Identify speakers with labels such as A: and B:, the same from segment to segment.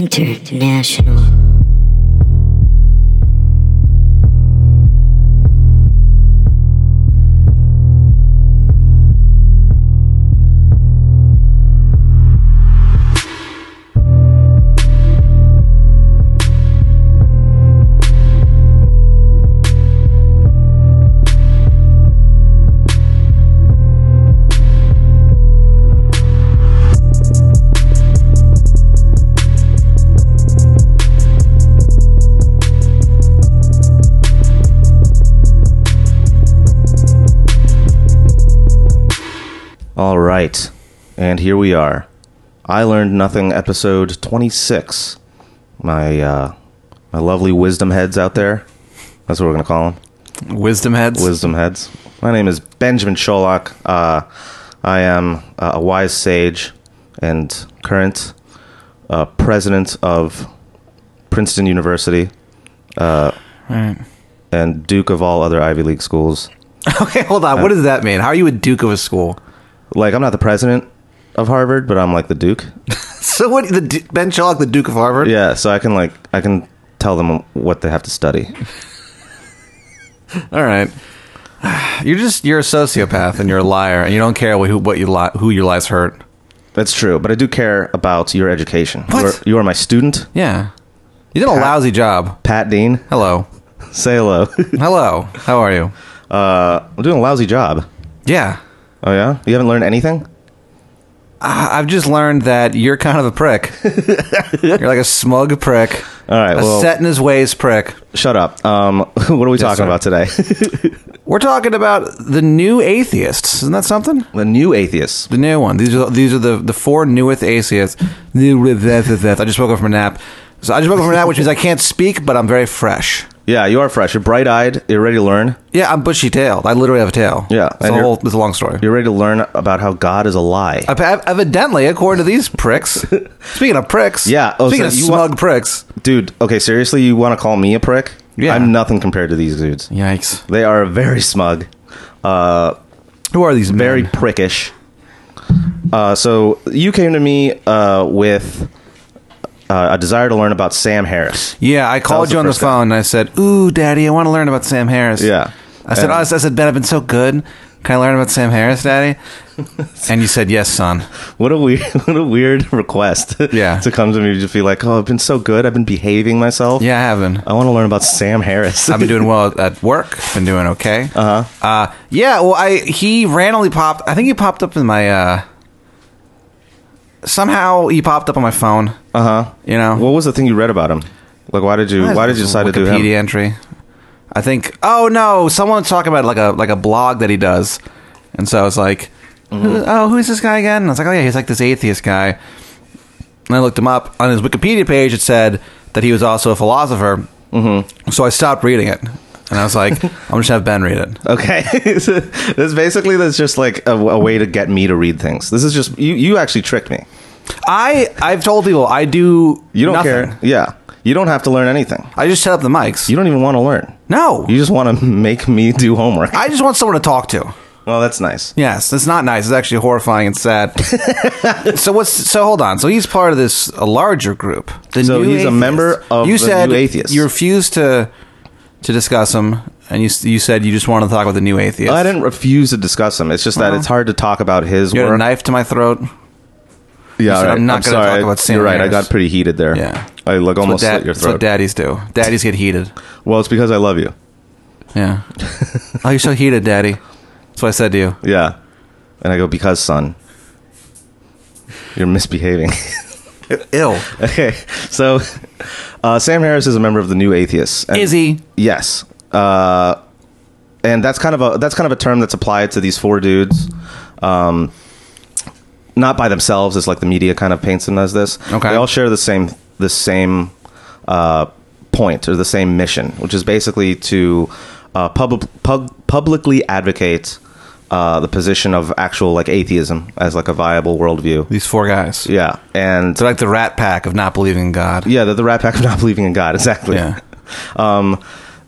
A: International.
B: All right. And here we are. I learned nothing episode 26. My uh my lovely wisdom heads out there. That's what we're going to call them.
C: Wisdom heads.
B: Wisdom heads. My name is Benjamin Sholok. Uh I am uh, a wise sage and current uh, president of Princeton University uh,
C: Alright.
B: and duke of all other Ivy League schools.
C: Okay, hold on. What does that mean? How are you a duke of a school?
B: Like I'm not the president of Harvard, but I'm like the duke.
C: So what? The du- Ben Sherlock, the Duke of Harvard.
B: Yeah, so I can like I can tell them what they have to study.
C: All right. You're just you're a sociopath and you're a liar and you don't care who what you li- who your lies hurt.
B: That's true, but I do care about your education.
C: What?
B: You are, you are my student,
C: Yeah. You did a lousy job.
B: Pat Dean.
C: Hello.
B: Say hello.
C: Hello. How are you?
B: uh, I'm doing a lousy job.
C: Yeah.
B: Oh yeah, you haven't learned anything.
C: I- I've just learned that you're kind of a prick. you're like a smug prick.
B: All right,
C: a
B: well-
C: set in his ways prick.
B: Shut up. Um, what are we talking
C: sir.
B: about today?
C: We're talking about the new atheists. Isn't that something?
B: the new atheists.
C: The new one. These are these are the the four newest atheists. New with death, with death. I just woke up from a nap. So I just woke up from a nap, which means I can't speak, but I'm very fresh.
B: Yeah, you are fresh. You're bright-eyed. You're ready to learn.
C: Yeah, I'm bushy tailed. I literally have a tail.
B: Yeah,
C: it's
B: and
C: a
B: you're-
C: whole. It's a long story.
B: You're ready to learn about how God is a lie.
C: Ep- ev- Evidently, according to these pricks. speaking of pricks,
B: Yeah, oh,
C: speaking
B: so
C: of
B: you
C: smug
B: want-
C: pricks.
B: Dude, okay, seriously, you want to call me a prick?
C: Yeah.
B: I'm nothing compared to these dudes.
C: Yikes!
B: They are very smug. Uh,
C: Who are these?
B: very
C: men?
B: prickish. Uh, so you came to me uh, with uh, a desire to learn about Sam Harris.
C: Yeah, I
B: was
C: called
B: the
C: you on the
B: first guy.
C: phone and I said, "Ooh, Daddy, I want to learn about Sam Harris."
B: Yeah.
C: I said,
B: And-
C: oh, I said, Ben, I've been so good. Can I learn about Sam Harris, Daddy? and you said, Yes, son.
B: What a weird, what a weird request.
C: Yeah.
B: to come to me to just be like, oh, I've been so good. I've been behaving myself.
C: Yeah, I have been.
B: I want to learn about Sam Harris. Uh-huh.
C: I've been doing well at work. Been doing okay. Uh huh. Uh yeah. Well, I he randomly popped. I think he popped up in my. uh Somehow he popped up on my phone.
B: uh huh.
C: You know.
B: What was the thing you read about him? Like, why did you? Why did you decide to do
C: Wikipedia
B: him?
C: entry? I think. Oh no! Someone was talking about like a like a blog that he does, and so I was like,
B: Mm.
C: "Who- "Oh, who's this guy again?" And I was like, "Oh yeah, he's like this atheist guy." And I looked him up on his Wikipedia page. It said that he was also a philosopher. Mm-hmm. So I stopped reading it, and I was like, "I'm just gonna have Ben read it."
B: Okay, this basically that's just like a, a way to get me to read things. This is just you. You actually tricked me.
C: I I've told people I do.
B: You don't
C: nothing.
B: care. Yeah, you don't have to learn anything.
C: I just set up the mics.
B: You don't even want to learn.
C: no,
B: You just want to make me do homework.
C: I just want someone to talk to.
B: well, that's nice.
C: Yes, it's not nice. It's actually horrifying and sad. so what's so? Hold on. So he's part of this a larger group. The
B: So
C: new
B: he's a
C: atheists.
B: member of
C: you
B: the
C: said
B: new atheists.
C: You refused to to discuss him, and you s- you said you just wanted to talk about the new atheist.
B: I didn't refuse to discuss him. It's just
C: Uh-huh.
B: that it's hard to talk about his
C: You had
B: work.
C: a knife to my throat.
B: Yeah,
C: said,
B: all right.
C: "I'm
B: I'm
C: not gonna
B: sorry.
C: talk about Sam
B: You're right. I got
C: Harris."
B: pretty heated there.
C: Yeah.
B: I like almost slit
C: That's what
B: your
C: that's what
B: throat.
C: daddies do. Daddies get heated.
B: well, it's because I love you.
C: Yeah. oh, you're so heated, daddy. That's what I said to you.
B: Yeah, and I go because son, you're misbehaving.
C: Ill.
B: okay, so uh, Sam Harris is a member of the New Atheists. And-
C: Is he?
B: Yes. Uh, and that's kind of a that's kind of a term that's applied to these four dudes. Um, not by themselves, it's like the media kind of paints them as this.
C: Okay.
B: They all share the same the same uh, point or the same mission, which is basically to uh, pub- pub- publicly advocate uh, the position of actual like atheism as like a viable worldview.
C: These four guys.
B: Yeah, and
C: They're like the Rat Pack of not believing in God.
B: yeah, they're the Rat Pack of not believing in God. Exactly.
C: Yeah.
B: Um,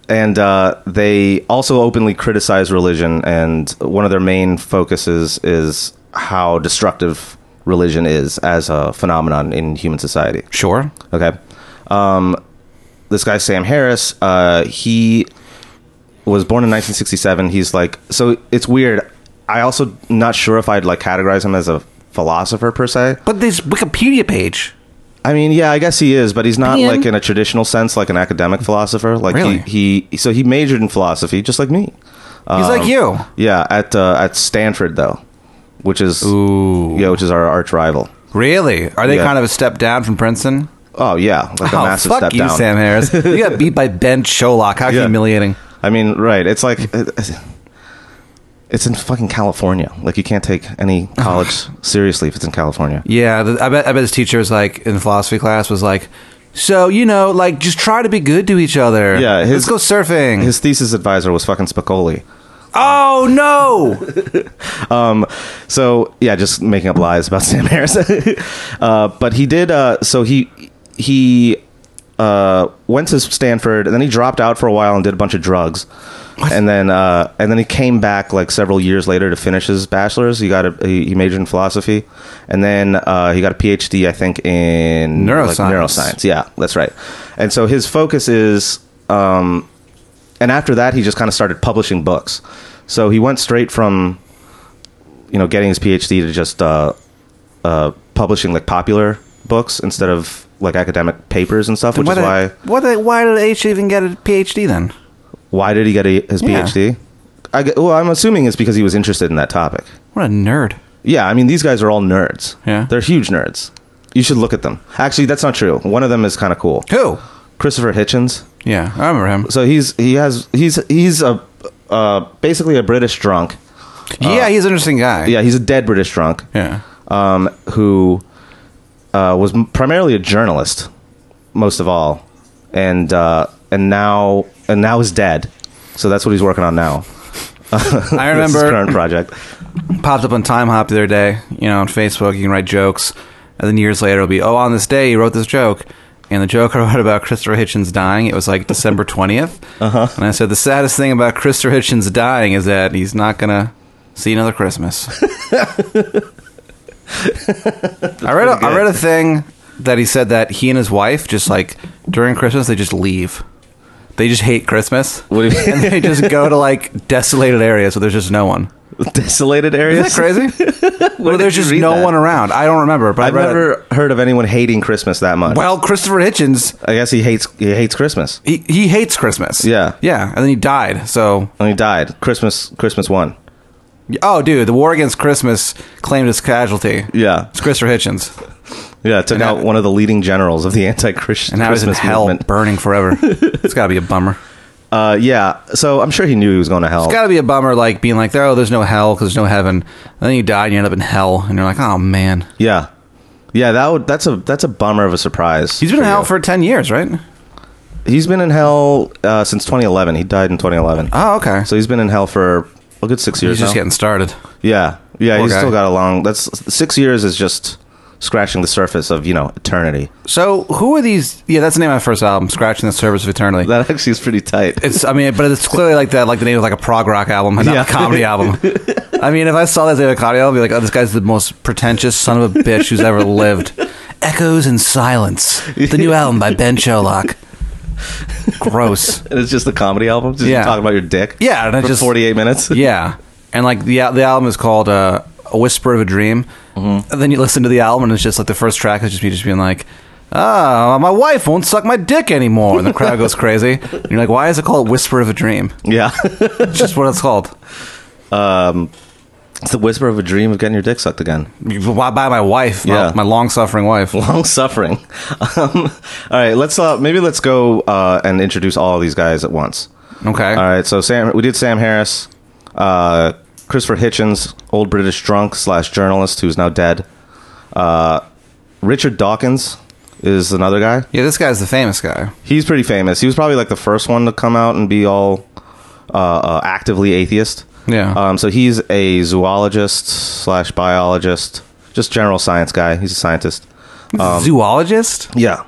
B: and uh, they also openly criticize religion, and one of their main focuses is how destructive religion is as a phenomenon in human society.
C: Sure.
B: Okay. Um, this guy Sam Harris, uh, he was born in 1967. He's like, so it's weird. I also not sure if I'd like categorize him as a philosopher per se.
C: But this Wikipedia page.
B: I mean, yeah, I guess he is, but he's not
C: Opinion.
B: like in a traditional sense, like an academic philosopher. Like
C: Really?
B: he, he, so he majored in philosophy, just like me.
C: He's
B: Um,
C: like you.
B: Yeah, at uh, at Stanford though, which is
C: Ooh.
B: yeah, which is our arch rival.
C: Really? Are they
B: Yeah.
C: kind of a step down from Princeton?
B: Oh yeah, like a
C: oh,
B: massive
C: fuck
B: step
C: you,
B: down.
C: Sam Harris. you got beat by Ben Sholok. How
B: Yeah.
C: humiliating.
B: I mean, right? It's like it's in fucking California. Like you can't take any college seriously if it's in California.
C: Yeah, th- I bet. I bet his teacher was like in philosophy class was like, so you know, like just try to be good to each other.
B: Yeah, his-
C: let's go surfing.
B: His thesis advisor was fucking Spicoli.
C: oh no!
B: So yeah, just making up lies about Sam Harris. uh, but he did. Uh, so he he uh, went to Stanford, and then he dropped out for a while and did a bunch of drugs, and then uh, and then he came back like several years later to finish his bachelor's. He got a he, he majored in philosophy, and then uh, he got a PhD, I think, in like,
C: Neuroscience.
B: neuroscience. Yeah, that's right. And so his focus is um, and after that he just kind of started publishing books so he went straight from you know getting his phd to just uh, uh, publishing like popular books instead of like academic papers and stuff which
C: what
B: is why
C: the- what the- why did H even get a PhD then?
B: why did he get a, his
C: Yeah.
B: phd I, gu- well i'm assuming it's because he was interested in that topic
C: What a nerd!
B: yeah i mean these guys are all nerds
C: Yeah.
B: they're huge nerds you should look at them actually that's not true one of them is kind of cool
C: Who?
B: christopher hitchens
C: Yeah, I remember him.
B: so he's he has he's he's a uh, basically a british drunk
C: yeah, he's an interesting guy.
B: Uh, yeah, he's a dead British drunk
C: yeah.
B: um, who uh, was m- primarily a journalist, most of all, and uh, and now and now is dead. So that's what he's working on now.
C: I
B: That's his
C: remember
B: current project.
C: popped up on Time Hop the other day. You know, on Facebook, you can write jokes, and then years later it'll be, oh, on this day he wrote this joke, and the joke I wrote about Christopher Hitchens dying, it was like December 20th and I said the saddest thing about Christopher Hitchens dying is that he's not gonna see another Christmas. I read a, I read a thing that he said that he and his wife just like during Christmas they just leave. They just hate Christmas.
B: What do you mean?
C: and they just go to like desolated areas where there's just no one.
B: Desolated areas.
C: Isn't that crazy? well, there's
B: you
C: just
B: read
C: no
B: that?
C: one around. I don't remember, but
B: I've
C: I read it.
B: never heard of anyone hating Christmas that much.
C: Well, Christopher Hitchens,
B: I guess he hates he hates Christmas.
C: he, he hates Christmas.
B: Yeah.
C: Yeah. And then he died. So,
B: And he died. Christmas Christmas won.
C: oh, dude, the war against Christmas claimed its casualty.
B: Yeah,
C: It's Christopher Hitchens.
B: yeah. Took
C: And
B: out
C: now-
B: one of the leading generals of the anti-Christian
C: And now he's in
B: Christmas
C: hell
B: movement.
C: burning forever. it's got to be a bummer.
B: Uh, yeah. So I'm sure he knew he was going to hell.
C: It's got to be a bummer, like being like, oh, there's no hell because there's no heaven. And then you die and you end up in hell. And you're like, oh, man.
B: Yeah, yeah. That would, that's a that's a bummer of a surprise.
C: He's been in
B: you.
C: hell for 10 years, right?
B: He's been in hell uh, since 2011. He died in 2011.
C: Oh, okay.
B: So he's been in hell for a good six years
C: he's just
B: now.
C: getting started.
B: yeah, yeah.
C: Poor
B: He's
C: guy.
B: still got a long. That's six years is just scratching the surface of you know eternity.
C: So, who are these? Yeah, that's the name of my first album, Scratching the Surface of Eternity.
B: That actually is pretty tight.
C: It's, I mean, but it's clearly like that, like the name of like a prog rock album and not
B: Yeah.
C: a comedy album. I mean, if I saw that as a comedy album, I'd be like, oh, this guy's the most pretentious son of a bitch who's ever lived. Echoes and Silence, the new album by Ben Sherlock. Gross.
B: and it's just a comedy album. Just
C: Yeah.
B: talking about your dick.
C: Yeah, and I
B: for
C: just
B: 48 minutes.
C: yeah, and like the the album is called uh, "A Whisper of a Dream," and then you listen to the album, and it's just like the first track is just me just being like. Ah, my wife won't suck my dick anymore, and the crowd goes crazy. And you're like, "Why is it called Whisper of a Dream?"
B: yeah.
C: It's just what it's called.
B: it's the whisper of a dream of getting your dick sucked again.
C: by by my wife, my,
B: Yeah.
C: my long-suffering wife.
B: long suffering. Um, all right, let's uh, maybe let's go uh, and introduce all these guys at once.
C: Okay,
B: All right, so Sam, we did Sam Harris, uh, Christopher Hitchens, old British drunk slash journalist who's now dead. Uh, Richard Dawkins is another guy.
C: yeah, this guy's the famous guy.
B: He's pretty famous. He was probably like the first one to come out and be all uh, uh, actively atheist.
C: Yeah.
B: Um, so he's a zoologist slash biologist, just general science guy. He's a scientist.
C: Zoologist?
B: Yeah.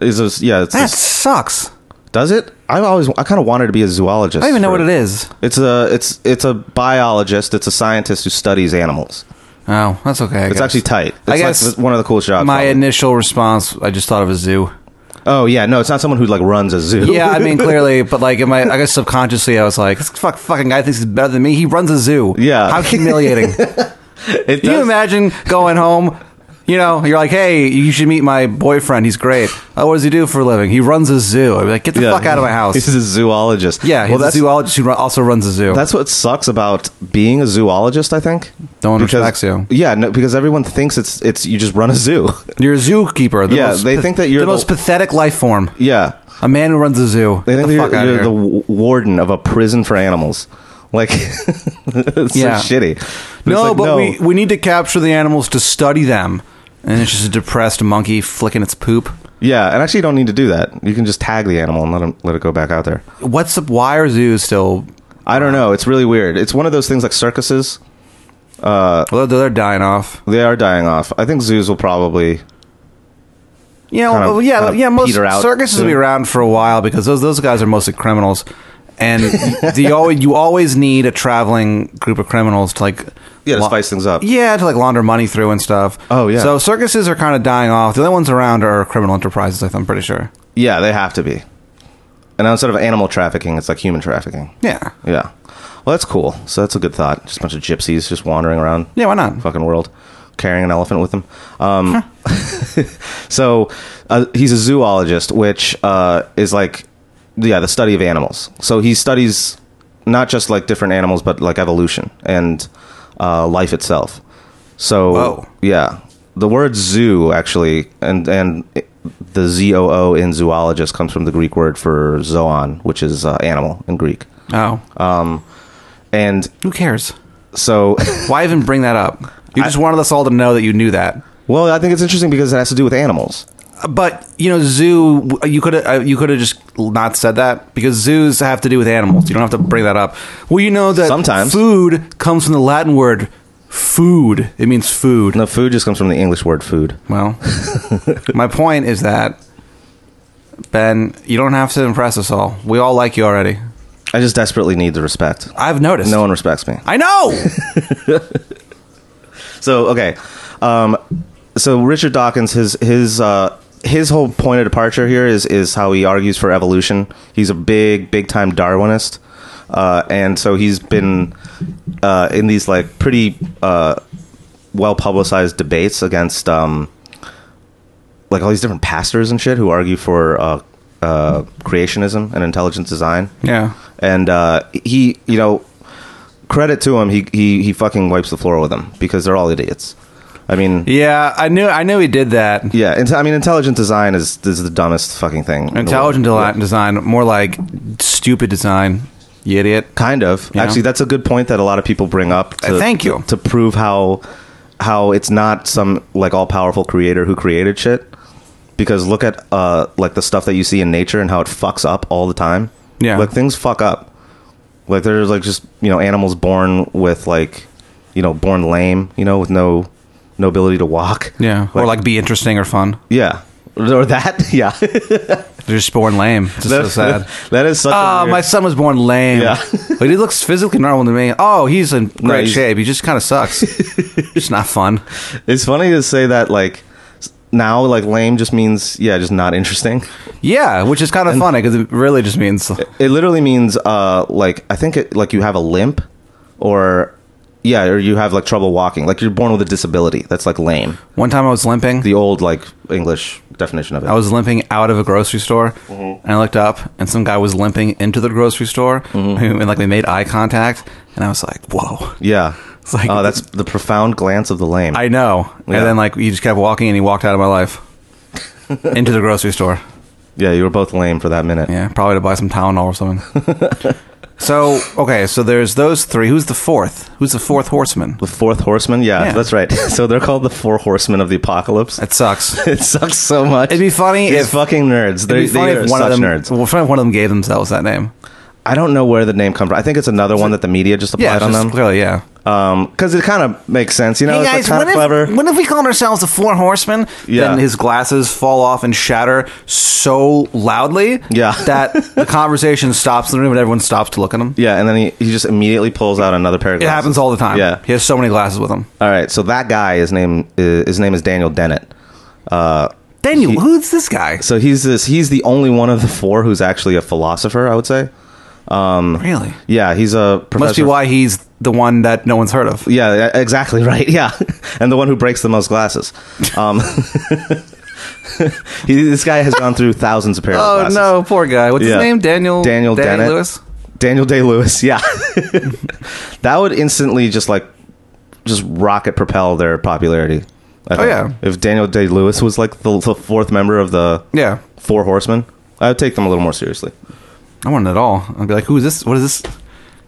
B: Is this, yeah, Um, it's
C: That
B: this,
C: sucks.
B: does it? I always I kind of wanted to be a zoologist.
C: I don't even know what
B: for-
C: it is.
B: It's a it's it's a biologist. It's a scientist who studies animals.
C: Oh, that's okay. I
B: It's
C: guess.
B: actually tight. It's
C: I
B: like
C: guess
B: th- one of the coolest jobs.
C: My
B: probably.
C: initial response, I just thought of a zoo.
B: oh yeah, no, it's not someone who like runs a zoo.
C: Yeah, I mean clearly, but like in my, I guess subconsciously, I was like, "This fuck, fucking guy thinks he's better than me. He runs a zoo.
B: Yeah.
C: how humiliating."
B: it
C: Can you
B: does-
C: imagine going home? You know, you're like, hey, you should meet my boyfriend. He's great. Oh, what does he do for a living? He runs a zoo. I'd be like, get the
B: Yeah.
C: fuck out of my house.
B: He's a zoologist.
C: yeah, he's
B: well,
C: a
B: that's
C: zoologist who ru- also runs a zoo.
B: that's what sucks about being a zoologist. I think
C: No one respects you.
B: Yeah, no, because everyone thinks it's it's you just run a zoo.
C: you're a zookeeper. The
B: Yeah,
C: most
B: they
C: pa-
B: think that you're
C: the
B: the-
C: most pathetic life form.
B: yeah,
C: A man who runs a zoo.
B: they
C: Get
B: think
C: the
B: that
C: fuck out
B: you're, you're
C: of here.
B: the w- warden of a prison for animals. Like it's
C: Yeah.
B: so shitty. But
C: no,
B: it's like,
C: but We, we need to capture the animals to study them. And it's just a depressed monkey flicking its poop.
B: yeah, and actually you don't need to do that. You can just tag the animal and let him let it go back out there.
C: What's up? Why are zoos still?
B: I don't know. It's really weird. It's one of those things like circuses. Uh,
C: Although they're dying off.
B: They are dying off. I think zoos will probably
C: Yeah,
B: kind of-
C: well, yeah,
B: kind of
C: yeah. Most
B: peter out
C: circuses will
B: soon.
C: be around for a while because those those guys are mostly criminals, and the, you always you always need a traveling group of criminals to like
B: yeah to
C: la-
B: spice things up.
C: yeah to like launder money through and stuff.
B: Oh, yeah.
C: So circuses are kind of dying off. The only ones around are criminal enterprises. I think, I'm pretty sure.
B: Yeah, they have to be. And instead of animal trafficking, it's like human trafficking.
C: Yeah.
B: Yeah. Well, that's cool. So that's a good thought. Just a bunch of gypsies just wandering around
C: Yeah. Why not?
B: fucking world, carrying an elephant with them. Um, so uh, he's a zoologist, which uh, is like, yeah, the study of animals. So he studies not just like different animals, but like evolution and uh, life itself. So
C: Whoa.
B: yeah, the word zoo actually, and and it- the z o o in zoologist comes from the Greek word for zoon, which is uh, animal in Greek.
C: Oh,
B: Uh, And
C: who cares?
B: so
C: Why even bring that up? You just wanted us all to know that you knew that.
B: Well, I think it's interesting because it has to do with animals.
C: But you know, zoo. You could have you could have just not said that because zoos have to do with animals. You don't have to bring that up. Well, you know that
B: Sometimes.
C: food comes from the Latin word food. It means food.
B: No, food just comes from the English word food.
C: Well, my point is that Ben, you don't have to impress us all. We all like you already.
B: I just desperately need the respect.
C: I've noticed.
B: No one respects me.
C: I know.
B: So okay, um, so Richard Dawkins, his his uh, his whole point of departure here is is how he argues for evolution. He's a big big time Darwinist, uh, and so he's been uh, in these like pretty uh, well publicized debates against um, like all these different pastors and shit who argue for uh, uh, creationism and intelligent design.
C: yeah.
B: And uh, he, you know, credit to him, he, he he fucking wipes the floor with them because they're all idiots. I mean, yeah,
C: Yeah, I knew. I knew he did that.
B: inte- I mean, intelligent design is is the dumbest fucking thing. in the world.
C: Intelligent deli-
B: Yeah.
C: design, more like stupid design. You idiot.
B: kind of.
C: You know?
B: Actually, that's a good point that a lot of people bring up.
C: Uh, thank you.
B: to prove how how it's not some like all powerful creator who created shit. Because look at uh like the stuff that you see in nature and how it fucks up all the time.
C: Yeah.
B: like things fuck up. Like there's like just you know animals born with like you know born lame you know with no no ability to walk.
C: Yeah, or like be interesting or fun.
B: yeah. Or that, yeah.
C: They're just born lame. It's just so sad.
B: that is such. a
C: Oh,
B: weird-
C: my son was born lame.
B: Yeah.
C: but he looks physically normal to me. Oh, he's in great
B: he's-
C: shape. He just kind of sucks. it's not fun.
B: It's funny to say that like s- now like lame just means yeah just not interesting.
C: Yeah, which is kind of funny because it really just means
B: It literally means uh like I think it like you have a limp or yeah or you have like trouble walking like you're born with a disability that's like lame.
C: one time I was limping.
B: The old like English definition of it.
C: I was limping out of a grocery store,
B: Mm-hmm.
C: and I looked up, and some guy was limping into the grocery store,
B: Mm-hmm.
C: and like we made eye contact, and I was like, "Whoa!"
B: yeah.
C: It's like-
B: oh, that's the profound glance of the lame.
C: I know.
B: Yeah.
C: And then like he just kept walking, and he walked out of my life into the grocery store.
B: yeah, you were both lame for that minute.
C: Yeah, probably to buy some Tylenol or something. so okay, so there's those three. Who's the fourth? Who's the fourth horseman?
B: The fourth horseman, yeah,
C: Yeah.
B: that's right. So they're called the four horsemen of the apocalypse.
C: That sucks. It'd
B: It sucks so much.
C: It'd be funny
B: These
C: if-
B: fucking nerds. They're,
C: be funny
B: they are
C: if one
B: such
C: of them.
B: nerds.
C: Well, funny if one of them gave themselves that name.
B: I don't know where the name comes from. I think it's another one that the media just applied
C: Yeah,
B: on
C: just
B: them.
C: clearly, yeah.
B: because it kind of makes sense. You know,
C: hey guys,
B: it's like,
C: what
B: kind of clever.
C: if, what if we called ourselves the Four Horsemen?
B: Yeah.
C: Then his glasses fall off and shatter so loudly
B: Yeah.
C: that the conversation stops in the room and everyone stops to look at him.
B: yeah, and then he, he just immediately pulls out another pair of
C: It
B: glasses.
C: happens all the time.
B: Yeah.
C: He has so many glasses with him.
B: All right, so that guy, his name, is, his name is Daniel Dennett.
C: Daniel, who's this guy?
B: So he's this. He's the only one of the four who's actually a philosopher. I would say.
C: Really?
B: Yeah, he's a Mm. professor.
C: Must be why he's the one that no one's heard of.
B: Yeah, e- exactly right. Yeah, and the one who breaks the most glasses. Um, he, this guy has gone through thousands of pairs.
C: Oh
B: of glasses.
C: no, poor guy. What's
B: Yeah.
C: his name? Daniel
B: Daniel
C: Danny
B: Dennett.
C: Lewis.
B: Daniel Day Lewis. Yeah, that would instantly just like just rocket propel their popularity. I think.
C: Oh, yeah.
B: if Daniel Day Lewis was like the, the fourth member of the
C: Yeah.
B: Four Horsemen, I would take them a little more seriously.
C: I want it all. I'd be like, who is this? What is this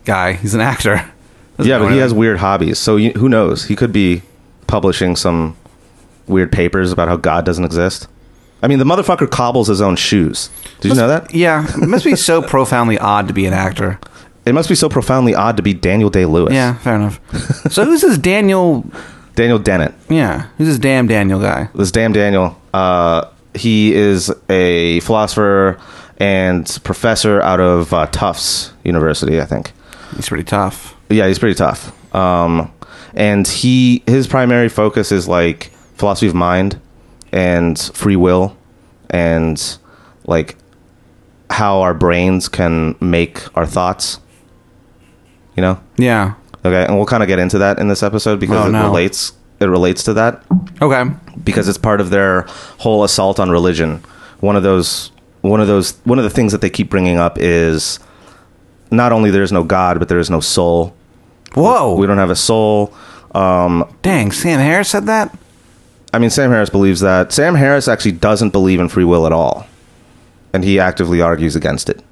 C: guy? He's an actor. Doesn't
B: yeah,
C: know
B: but he
C: anything.
B: has weird hobbies, so you, who knows? He could be publishing some weird papers about how God doesn't exist. I mean, the motherfucker cobbles his own shoes. Did you know that?
C: Yeah, it must be so profoundly odd to be an actor.
B: It must be so profoundly odd to be Daniel Day Lewis.
C: Yeah, fair enough. So who's this Daniel?
B: Daniel Dennett.
C: Yeah, who's this damn Daniel guy?
B: This damn Daniel. Uh, he is a philosopher and professor out of uh, Tufts University, I think.
C: He's pretty tough.
B: Yeah, he's pretty tough. Um, and he his primary focus is like philosophy of mind and free will and like how our brains can make our thoughts. You know?
C: Yeah.
B: Okay, and we'll kind of get into that in this episode because
C: Oh,
B: it
C: no.
B: relates it relates to that
C: Okay.
B: because it's part of their whole assault on religion. One of those one of those one of the things that they keep bringing up is not only there's no god, but there is no soul.
C: Whoa.
B: We don't have a soul.
C: Dang, Sam Harris said that.
B: I mean, Sam Harris believes that. Sam Harris actually doesn't believe in free will at all, and he actively argues against it.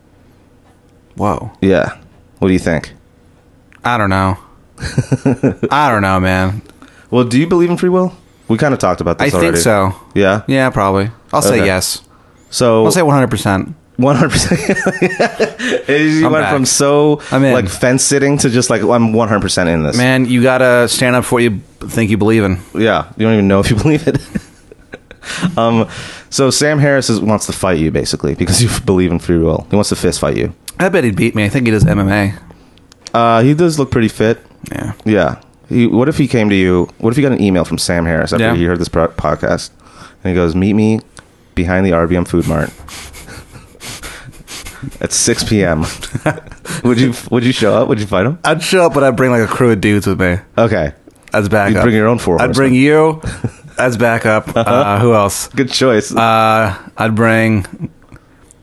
C: Whoa.
B: Yeah. What do you think?
C: I don't know. I don't know, man.
B: Well, do you believe in free will? We kind of talked about
C: I
B: this already.
C: think so.
B: Yeah.
C: Yeah, probably. I'll say
B: Okay.
C: yes.
B: So
C: I'll say 100%.
B: one hundred percent. You
C: I'm
B: went
C: back.
B: from so
C: I'm in.
B: like fence sitting to just like I'm one hundred percent in this.
C: Man, you gotta stand up for what you think you believe in.
B: Yeah. You don't even know if you believe it. um. So Sam Harris is, wants to fight you basically because you believe in free will. He wants to fist fight you.
C: I bet he'd beat me. I think he does MMA.
B: Uh, he does look pretty fit.
C: Yeah.
B: Yeah. He, what if he came to you? What if you got an email from Sam Harris after
C: Yeah.
B: he heard this pro- podcast, and he goes, "Meet me behind the RBM Food Mart at 6 p.m." would you Would you show up? Would you fight him?
C: I'd show up, but I'd bring like a crew of dudes with me
B: Okay,
C: as backup.
B: bring your own four
C: I'd bring you as backup. Uh, who else?
B: good choice.
C: Uh, I'd bring.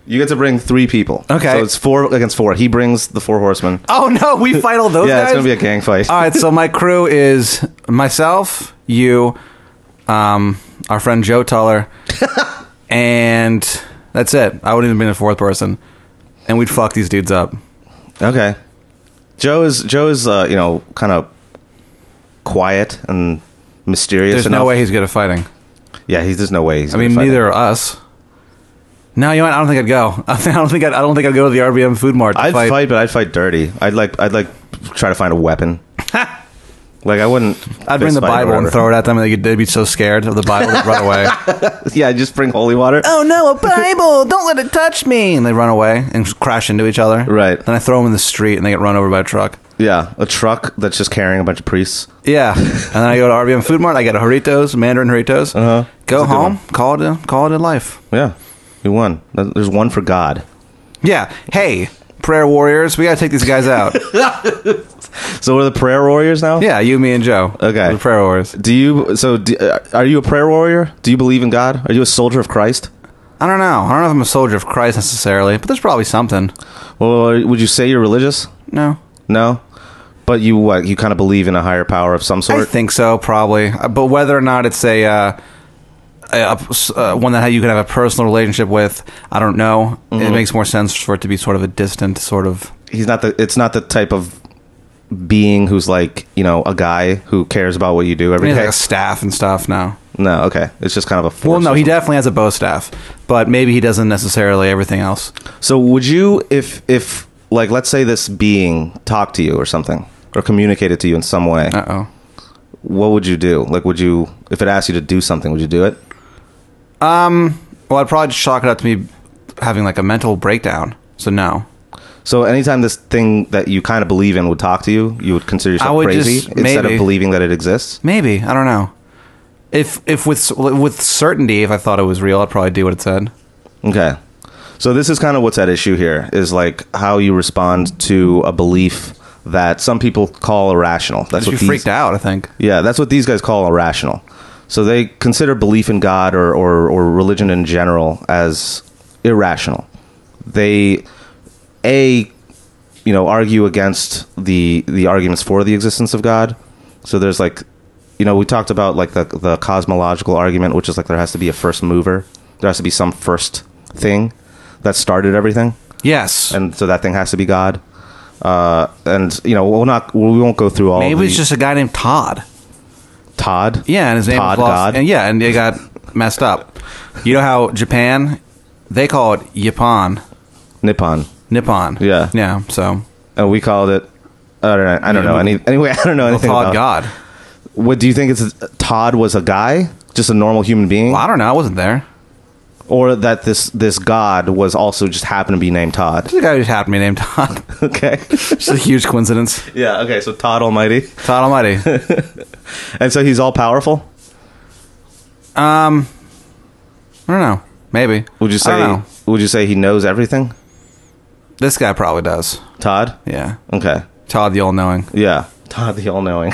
B: you get to bring three people.
C: Okay.
B: so it's four against four. He brings the four horsemen.
C: Oh no, we fight all those
B: yeah,
C: guys.
B: it's gonna be a gang fight.
C: all right, so my crew is myself, you, um, our friend Joe Tuller, and that's it. I wouldn't even be the fourth person, and we'd fuck these dudes up.
B: Okay. Joe is Joe is uh, you know kind of quiet and mysterious.
C: There's
B: enough.
C: no way he's good at fighting.
B: Yeah, he's there's no way. He's
C: I mean, neither are us. No, you know what? I don't think I'd go. I don't think I'd, I don't think I'd go to the RBM Food Mart. To
B: I'd fight. but I'd fight dirty. I'd like, I'd like, try to find a weapon. like I wouldn't.
C: I'd bring
B: fist
C: the
B: fight or
C: Bible and
B: whatever.
C: throw it at them, and they'd- they'd be so scared of the Bible they'd run away.
B: Yeah, I'd just bring holy water.
C: oh no, a Bible! Don't let it touch me! And they run away and just crash into each other.
B: Right.
C: Then I throw them in the street, and they get run over by a truck.
B: Yeah, a truck that's just carrying a bunch of priests.
C: Yeah. and then I go to RBM Food Mart. I get a Doritos, Mandarin Doritos.
B: Uh-huh.
C: Go
B: That's a good
C: home. Call it. A, call it a life.
B: Yeah, you won. There's one for God.
C: Yeah. Hey, prayer warriors, we gotta take these guys out.
B: So we're the prayer warriors now.
C: yeah, you, me, and Joe.
B: Okay.
C: We're prayer warriors.
B: Do you? So do, uh, are you a prayer warrior? Do you believe in God? Are you a soldier of Christ?
C: I don't know. I don't know if I'm a soldier of Christ necessarily, but there's probably something.
B: Well, are- would you say you're religious?
C: No.
B: No. But you what? You kind of believe in a higher power of some
C: I
B: sort.
C: think so, probably. Uh, But whether or not it's a, uh, a- a- uh, one that you can have a personal relationship with, I don't know. It makes more sense for it to be sort of a distant sort of.
B: he's not the it's not the type of being who's like you know a guy who cares about what you do every
C: He
B: day.
C: has like a staff and stuff now.
B: no, okay, it's just kind of a force.
C: Well, no,
B: or
C: he
B: something.
C: definitely has a bow staff, but maybe he doesn't necessarily everything else.
B: So would you if if like let's say this being talked to you or something? or communicated to you in some way,
C: Uh oh.
B: what would you do? Like, would you, if it asked you to do something, would you do it?
C: Well, I'd probably just chalk it up to me having like a mental breakdown. So no,
B: So anytime this thing that you kind of believe in would talk to you, you would consider
C: I
B: yourself
C: would
B: crazy
C: just-
B: instead
C: maybe.
B: of believing that it exists.
C: maybe I don't know. If if with with certainty, if I thought it was real, I'd probably do what it said.
B: Okay. So this is kind of what's at issue here is like how you respond to a belief that some people call irrational. That's
C: Just
B: what
C: be
B: these,
C: freaked out. I think.
B: Yeah, that's what these guys call irrational. So they consider belief in God or, or, or religion in general as irrational. They a you know argue against the the arguments for the existence of God. So there's like you know we talked about like the the cosmological argument, which is like there has to be a first mover. There has to be some first thing that started everything
C: Yes.
B: and so that thing has to be God. Uh, and you know, we'll not we won't go through all.
C: Maybe
B: the,
C: it's just a guy named Todd.
B: Todd.
C: Yeah, and his name
B: Todd
C: was lost.
B: God.
C: And yeah, and they got messed up. You know how Japan, they call it Yapan,
B: Nippon,
C: Nippon.
B: Yeah.
C: yeah. So
B: and we called it. I don't know. I don't know. Any, anyway, I don't know anything
C: Todd
B: about.
C: God.
B: What do you think? It's Todd was a guy, just a normal human being,
C: Well, I don't know. I wasn't there.
B: or that this this God was also just happened to be named Todd.
C: There's a guy who just happened to be named Todd.
B: Okay.
C: It's a huge coincidence.
B: yeah. Okay. So Todd Almighty,
C: Todd Almighty.
B: and so he's all powerful.
C: I don't know. Maybe.
B: Would you
C: I don't
B: say?
C: know.
B: Would you say he knows everything?
C: this guy probably does?
B: Todd.
C: Yeah.
B: Okay.
C: Todd the all-knowing.
B: Yeah, Todd the all knowing.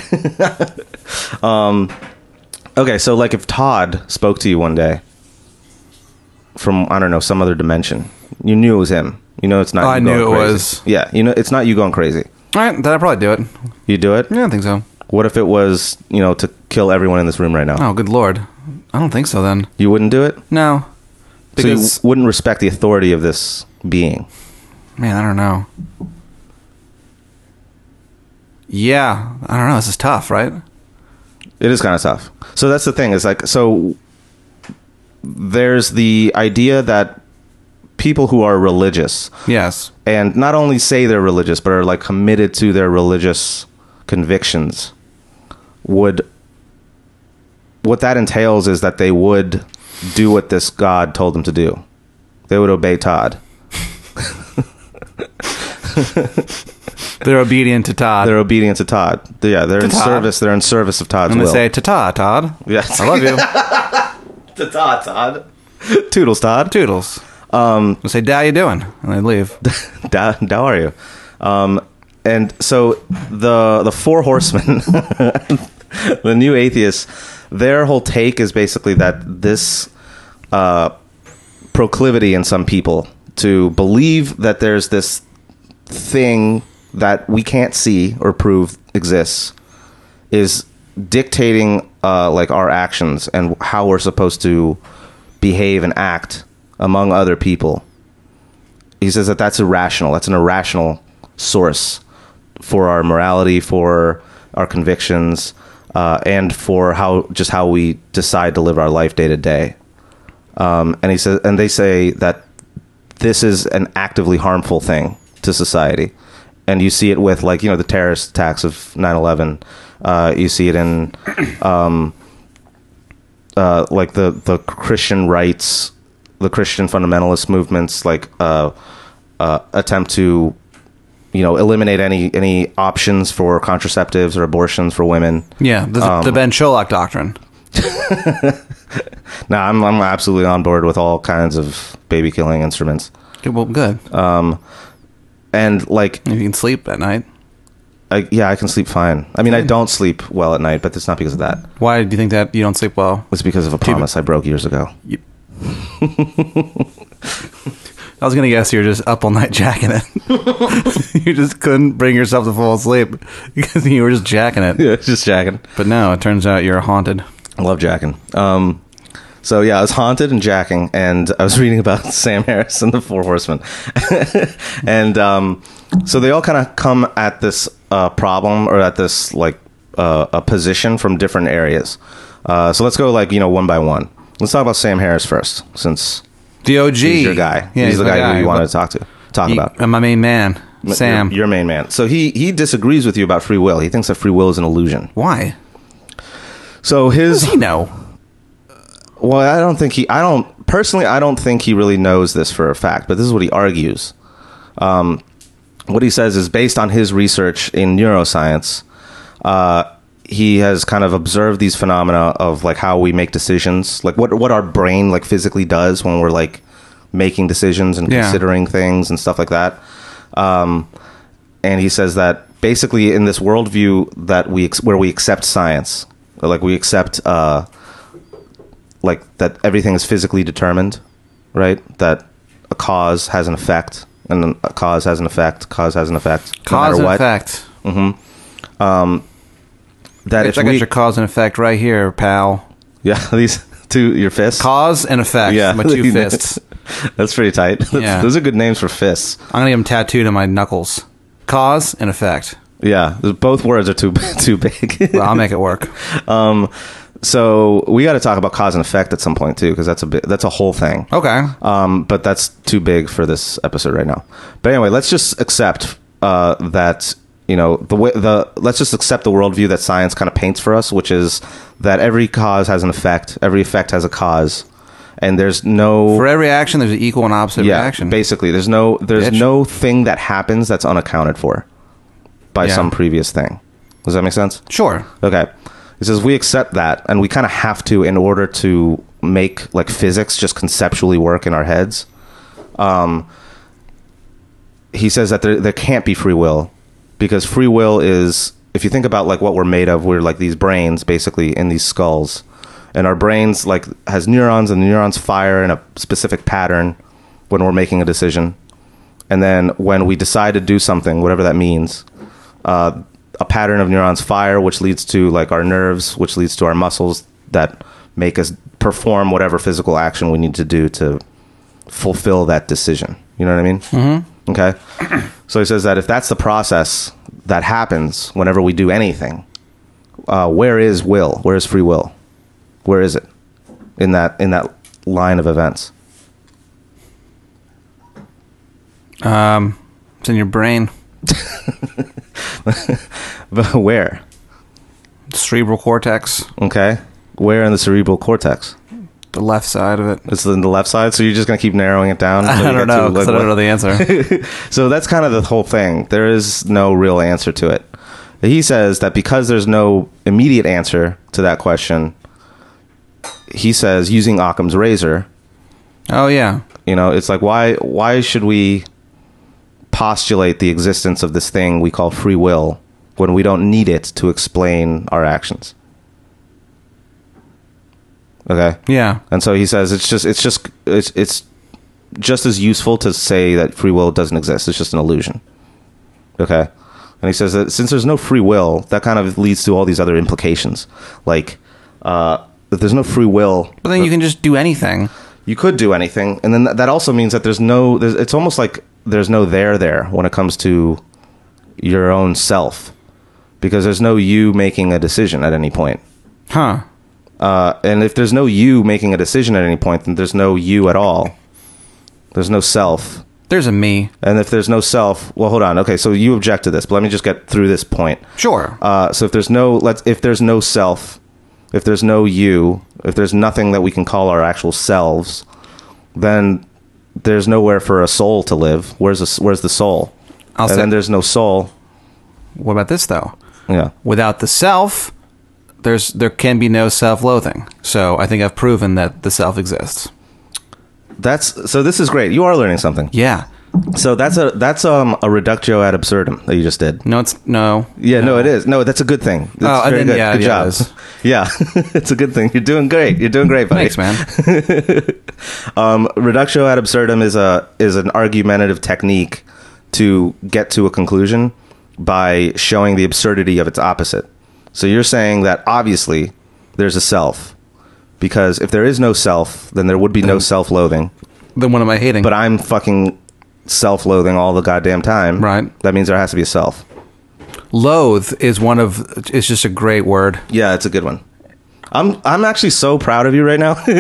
B: um, okay, so like if Todd spoke to you one day from I don't know some other dimension, you knew it was him. You know it's not.
C: Oh,
B: you
C: I
B: going
C: knew it
B: crazy.
C: was.
B: Yeah, you know it's not you going crazy.
C: All right, then I probably do it.
B: You do it.
C: Yeah, I don't think so.
B: What if it was you know to kill everyone in this room right now?
C: Oh, good lord. I don't think so. Then
B: You wouldn't do it.
C: no. Because
B: so you wouldn't respect the authority of this being.
C: Man, I don't know. Yeah, I don't know. This is tough, right?
B: It is kind of tough. So that's the thing. Is like so. There's the idea that people who are religious
C: Yes.
B: and not only say they're religious but are like committed to their religious convictions would what that entails is that they would do what this god told them to do they would obey todd
C: They're obedient to Todd.
B: they're obedient to todd yeah they're in
C: Uh, Todd.
B: service they're in service of todd's
C: and they
B: will
C: say, ta-ta, Todd.
B: yes
C: I love you.
B: to todd todd toodles todd
C: Toodles. Um, they say, Dad, you doing? And they leave.
B: Da- how are you? Um, and so the the four horsemen, the new atheists, their whole take is basically that this uh, proclivity in some people to believe that there's this thing that we can't see or prove exists is dictating uh, like our actions and how we're supposed to behave and act among other people he says that that's irrational. That's an irrational source for our morality, for our convictions, uh, and for how just how we decide to live our life day to day. Um, and he says, and they say that this is an actively harmful thing to society. And you see it with like you know the terrorist attacks of 9/11. Uh, you see it in uh, like the the Christian rights, the Christian fundamentalist movements, like uh, uh, attempt to, you know, eliminate any any options for contraceptives or abortions for women.
C: Yeah, the, the Ben Sherlock doctrine.
B: Now, I'm I'm absolutely on board with all kinds of baby killing instruments,
C: Good- Well, good.
B: and like,
C: if you can sleep at night.
B: I, yeah, I can sleep fine. I mean, I don't sleep well at night, but it's not because of that.
C: Why do you think that you don't sleep well?
B: It's because of a promise I broke years ago.
C: You- I was gonna guess you're just up all night jacking it. you just couldn't bring yourself to fall asleep because you were just jacking it.
B: Yeah, just jacking.
C: But no, it turns out you're haunted.
B: I love jacking. Um, so yeah, I was haunted and jacking, and I was reading about Sam Harris and the Four Horsemen, and um, so they all kind of come at this uh, problem or at this like uh, a position from different areas. Uh, so let's go like you know one by one. Let's talk about Sam Harris first, since
C: The OG,
B: he's your guy.
C: Yeah,
B: he's, the
C: my
B: guy, who you
C: But
B: wanted to talk to, talk
C: he-
B: about.
C: I'm my main man.
B: M-
C: Sam.
B: your, your main man. So he he disagrees with you about free will. He thinks that free will is an illusion.
C: Why?
B: So his
C: Does he know?
B: Well, I don't think he. I don't personally. I don't think he really knows this for a fact. But this is what he argues. Um, what he says is based on his research in neuroscience. Uh, he has kind of observed these phenomena of like how we make decisions, like what what our brain like physically does when we're like making decisions and
C: Yeah.
B: considering things and stuff like that. Um, and he says that basically in this worldview that we ex- where we accept science, like we accept. Uh, like that everything is physically determined, right? That a cause has an effect, and then a cause has an effect, cause has an effect, no matter
C: Cause and
B: what.
C: effect.
B: That
C: It's
B: if
C: like
B: we,
C: your cause and effect right here, pal.
B: yeah, these two your fists,
C: Cause and effect.
B: yeah,
C: My two fists.
B: That's pretty tight. That's-
C: Yeah.
B: those are good names for fists.
C: I'm gonna get them tattooed on my knuckles. Cause and effect.
B: Yeah, both words are too too big.
C: Well, I'll make it work.
B: um, so we got to talk about cause and effect at some point too, because that's a bit that's a whole thing.
C: Okay.
B: Um, but that's too big for this episode right now. But anyway, let's just accept uh, that you know the way the let's just accept the worldview that science kind of paints for us, which is that every cause has an effect, every effect has a cause, and there's no
C: For every action, there's an equal and opposite
B: yeah,
C: reaction.
B: basically there's no there's
C: Bitch.
B: no thing that happens that's unaccounted for by
C: Yeah.
B: some previous thing. Does that make sense?
C: sure.
B: Okay. He says we accept that, and we kind of have to in order to make like physics just conceptually work in our heads. Um, he says that there there can't be free will because free will is if you think about like what we're made of, we're like these brains basically in these skulls, and our brains like has neurons, and the neurons fire in a specific pattern when we're making a decision, and then when we decide to do something, whatever that means, uh, a pattern of neurons fire, which leads to like our nerves, which leads to our muscles that make us perform whatever physical action we need to do to fulfill that decision. You know what I mean? Mm-hmm. Okay. So he says that if that's the process that happens whenever we do anything, uh, where is will? Where is free will? Where is it in that in that line of events?
C: Um, it's in your brain,
B: But where?
C: cerebral cortex,
B: Okay. Where in the cerebral cortex?
C: the left side of it.
B: It's in the left side, so you're just gonna keep narrowing it down. until
C: I
B: you
C: don't
B: get to,
C: know. 'cause
B: like,
C: I don't
B: what-
C: know the answer.
B: so that's kind of the whole thing. There is no real answer to it. He says that because there's no immediate answer to that question, he says using Occam's razor,
C: oh yeah.
B: you know, it's like why why should we postulate the existence of this thing we call free will when we don't need it to explain our actions? Okay.
C: Yeah.
B: And so he says it's just it's just it's it's just as useful to say that free will doesn't exist. It's just an illusion. Okay. And he says that since there's no free will, that kind of leads to all these other implications. Like uh that there's no free will,
C: But then you can just do anything.
B: you could do anything. And then th- that also means that there's no there's it's almost like there's no there there when it comes to your own self because there's no you making a decision at any point.
C: Huh.
B: Uh, and if there's no you making a decision at any point, then there's no you at all. There's no self.
C: There's a me.
B: And if there's no self, well, hold on. Okay, so you object to this, but let me just get through this point.
C: Sure.
B: Uh, so if there's no let's if there's no self, if there's no you, if there's nothing that we can call our actual selves, then there's nowhere for a soul to live. Where's the, where's the soul?
C: I'll
B: and
C: say-
B: then there's no soul.
C: what about this though?
B: Yeah.
C: Without the self, there's there can be no self-loathing. So I think I've proven that the self exists.
B: That's so this is great. You are learning something.
C: Yeah.
B: So that's a that's um a reductio ad absurdum that you just did.
C: No, it's no.
B: Yeah, no, it is. No, that's a good thing. It's
C: Oh, and
B: very
C: then-
B: good.
C: yeah,
B: good
C: yeah,
B: job.
C: it is.
B: yeah, it's a good thing. You're doing great. You're doing great, buddy.
C: Thanks, man.
B: Um, reductio ad absurdum is a is an argumentative technique to get to a conclusion by showing the absurdity of its opposite. So you're saying that obviously there's a self because if there is no self, then there would be no self-loathing.
C: then what am I hating?
B: But I'm fucking self-loathing all the goddamn time.
C: Right.
B: That means there has to be a self.
C: loathe is one of. It's just a great word.
B: Yeah, it's a good one. I'm I'm actually so proud of you right now
C: Why?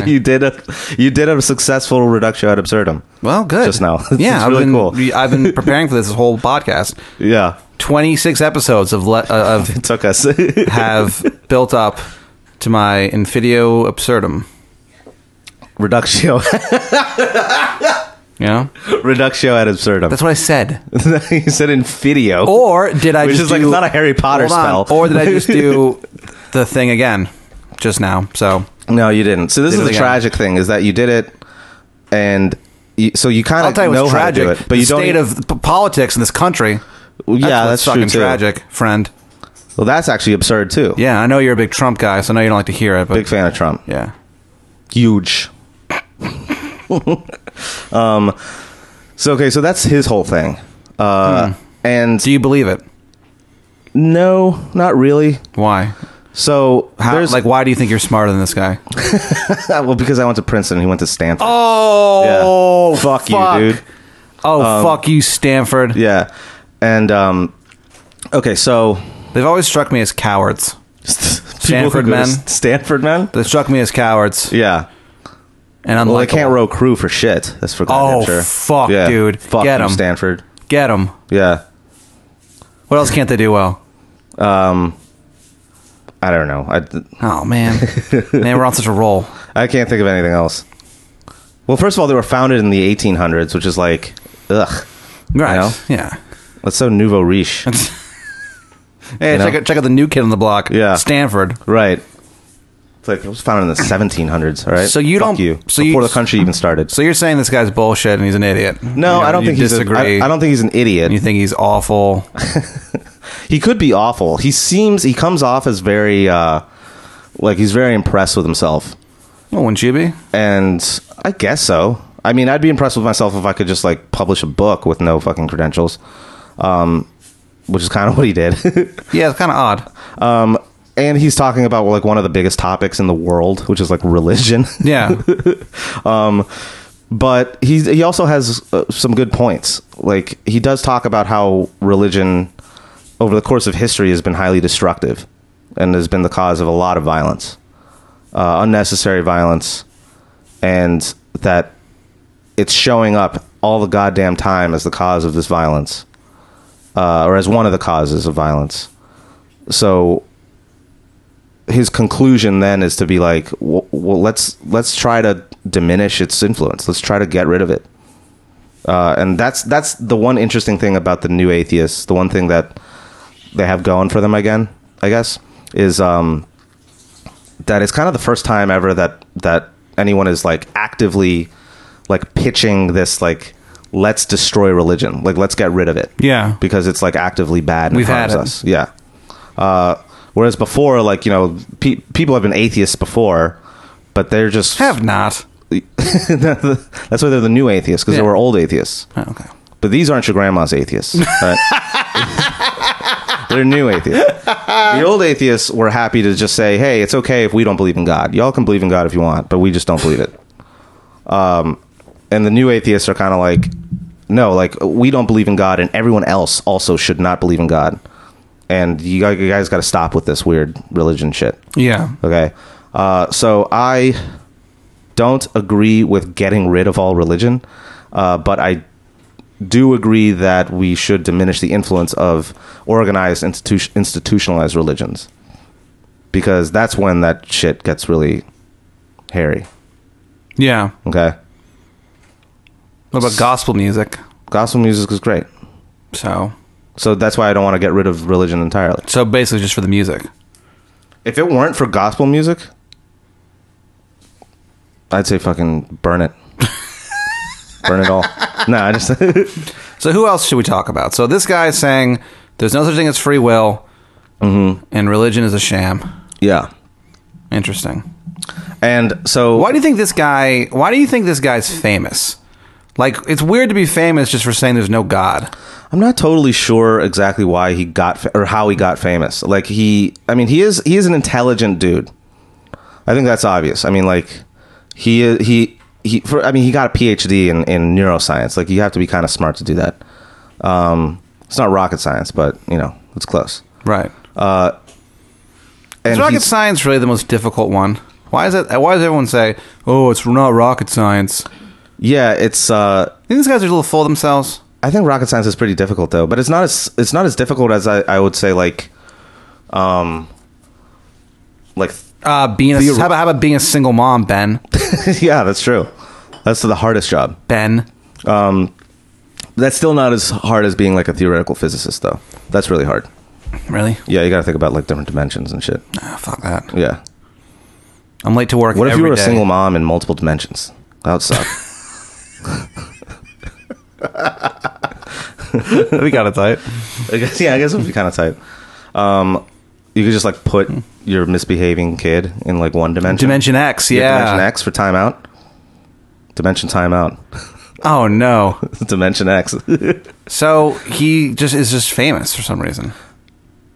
B: that you did a you did a successful reductio ad absurdum.
C: Well, good.
B: Just now. It's
C: yeah, I've
B: really
C: been,
B: cool.
C: I've been preparing for this this whole podcast.
B: Yeah,
C: Twenty six episodes of le- uh, of
B: it took us.
C: have built up to my Infidio absurdum.
B: reductio
C: You know,
B: reductio ad absurdum.
C: that's Oh. what I said.
B: you said in video.
C: Or did I
B: Which
C: just
B: is like,
C: do-
B: it's not a Harry Potter
C: Hold on.
B: spell.
C: Or did I just do the thing again just now? So
B: No, you didn't. So this is
C: Did it
B: the
C: again.
B: tragic thing: is that you did it, and you, so you kind
C: I'll
B: of
C: tell you
B: know
C: what's
B: how to
C: tragic.
B: do it, but you
C: the
B: don't.
C: state of p- politics in this country.
B: Well, yeah, that's
C: what's
B: true
C: fucking
B: too.
C: tragic, friend.
B: well, that's actually absurd too.
C: Yeah, I know you're a big Trump guy, so I know you don't like to hear it, but
B: big fan of Trump.
C: yeah.
B: Huge. um. So okay, so that's his whole thing, uh, and
C: Hmm. Do you believe it?
B: no, not really.
C: Why?
B: So
C: How,
B: there's
C: like, why do you think you're smarter than this guy?
B: well because I went to Princeton, he went to Stanford.
C: Oh,
B: Yeah. Fuck you, dude. Um,
C: Oh, fuck you, Stanford.
B: Yeah, and um, okay, so
C: They've always struck me as cowards.
B: People who
C: Stanford
B: go to
C: men.
B: Stanford men.
C: They struck me as cowards,
B: Yeah.
C: and I'm
B: Well,
C: like,
B: they can't row crew for shit. That's for
C: Oh,
B: goddamn sure.
C: fuck,
B: Yeah.
C: dude.
B: Fuck
C: Get
B: you,
C: 'em.
B: Stanford.
C: get them.
B: Yeah.
C: What else can't they do well?
B: I don't know. I,
C: Oh man, man, we're on such a roll.
B: I can't think of anything else. Well, first of all, they were founded in the 1800s, which is like, ugh,
C: Right?
B: know?
C: Yeah.
B: that's so nouveau riche,
C: Hey,
B: You know?
C: check out, check out the new kid on the block.
B: Yeah.
C: Stanford.
B: right? It's like it was founded in the 1700s. All right.
C: So you
B: Fuck
C: don't-
B: you
C: so you-
B: before the country even started.
C: So you're saying this guy's bullshit and he's an idiot?
B: no,
C: You know,
B: I don't
C: you
B: think he's. A,
C: disagree.
B: I, I don't think he's an idiot.
C: You think he's awful?
B: he could be awful. He seems. He comes off as very, uh, like he's very impressed with himself.
C: well, wouldn't you be?
B: and I guess so. I mean, I'd be impressed with myself if I could just like publish a book with no fucking credentials, um, which is kind of what he did.
C: Yeah, it's kind of odd.
B: um, and he's talking about like one of the biggest topics in the world, which is like religion.
C: Yeah.
B: um, but he he also has uh, some good points. Like he does talk about how religion over the course of history has been highly destructive and has been the cause of a lot of violence, uh, unnecessary violence, and that it's showing up all the goddamn time as the cause of this violence, uh, or as one of the causes of violence. So his conclusion then is to be like, well, well let's let's try to diminish its influence. Let's try to get rid of it. Uh, and that's that's the one interesting thing about the new atheists. The one thing that they have going for them again, I guess, is um, that it's kind of the first time ever that that anyone is like actively like pitching this like let's destroy religion, like let's get rid of it.
C: Yeah.
B: because it's like actively bad and
C: We've had
B: harms
C: it.
B: us. Yeah. Uh, whereas before, like you know, pe- people have been atheists before, but they're just
C: Have not.
B: that's why they're the new atheists because
C: Yeah.
B: they were old atheists.
C: Oh, okay.
B: But these aren't your grandma's atheists. right? They're new atheists. The old atheists were happy to just say, "Hey, it's okay if we don't believe in God. Y'all can believe in God if you want, but we just don't believe it." Um, and the new atheists are kind of like, "No, like we don't believe in God, and everyone else also should not believe in God. And you guys, you guys got to stop with this weird religion shit."
C: Yeah.
B: Okay. Uh, so I don't agree with getting rid of all religion, uh, but I do agree that we should diminish the influence of organized institu- institutionalized religions because that's when that shit gets really hairy.
C: Yeah.
B: Okay.
C: What about gospel music?
B: Gospel music is great.
C: So,
B: So that's why I don't want to get rid of religion entirely.
C: so basically, just for the music.
B: If it weren't for gospel music, I'd say fucking burn it. burn it all. No, I just
C: So who else should we talk about? So this guy is saying there's no such thing as free will,
B: Mm-hmm.
C: and religion is a sham.
B: yeah.
C: Interesting.
B: And so
C: Why do you think this guy? Why do you think this guy's famous? Like it's weird to be famous just for saying there's no God.
B: I'm not totally sure exactly why he got fa- or how he got famous. Like he, I mean, he is he is an intelligent dude. I think that's obvious. I mean, like he he he. For, I mean, he got a PhD in in neuroscience. Like you have to be kind of smart to do that. Um, it's not rocket science, but you know, it's close.
C: Right. Is
B: and
C: rocket
B: he's-
C: science really the most difficult one? Why is it? Why does everyone say, "Oh, it's not rocket science"?
B: yeah, it's. Uh,
C: You think these guys are a little full of themselves?
B: I think rocket science is pretty difficult though, but it's not as it's not as difficult as I, I would say like, um, like
C: Uh, being a,
B: Theor-
C: how, about, how about being a single mom, Ben?
B: yeah, that's true. That's the hardest job.
C: Ben,
B: That's still not as hard as being like a theoretical physicist though. That's really hard.
C: really?
B: Yeah, you got to think about like different dimensions and shit.
C: Ah, fuck that.
B: Yeah.
C: I'm late to work.
B: What if you
C: every
B: were a
C: day.
B: single mom in multiple dimensions? That would suck.
C: we got it tight.
B: I guess yeah, I guess it would be kind of tight. Um, you could just like put your misbehaving kid in like one dimension.
C: Hmm. Dimension X,
B: You have
C: yeah.
B: Dimension X for timeout. Dimension timeout.
C: Oh no.
B: dimension X.
C: So he just is just famous for some reason.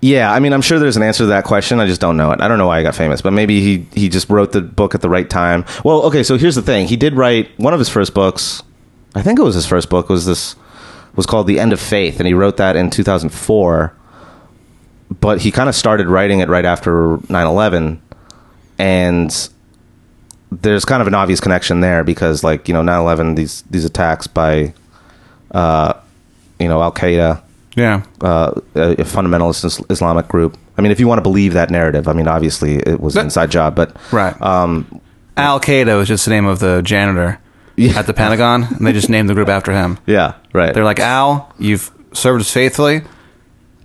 B: yeah, I mean, I'm sure there's an answer to that question. I just don't know it. I don't know why he got famous, but maybe he he just wrote the book at the right time. Well, okay, so here's the thing. He did write one of his first books. I think it was his first book. Was this was called The End of Faith, and he wrote that in 2004. But he kind of started writing it right after 9/11, and there's kind of an obvious connection there because like you know 9/11 these these attacks by uh you know Al Qaeda
C: Yeah.
B: uh, a a fundamentalist is- Islamic group. I mean, if you want to believe that narrative, I mean, obviously it was an
C: That-
B: inside job, but
C: Right.
B: Um,
C: Al Qaeda was just the name of the janitor
B: Yeah.
C: at the Pentagon, and they just named the group after him.
B: yeah, right.
C: They're like, Al, you've served us faithfully,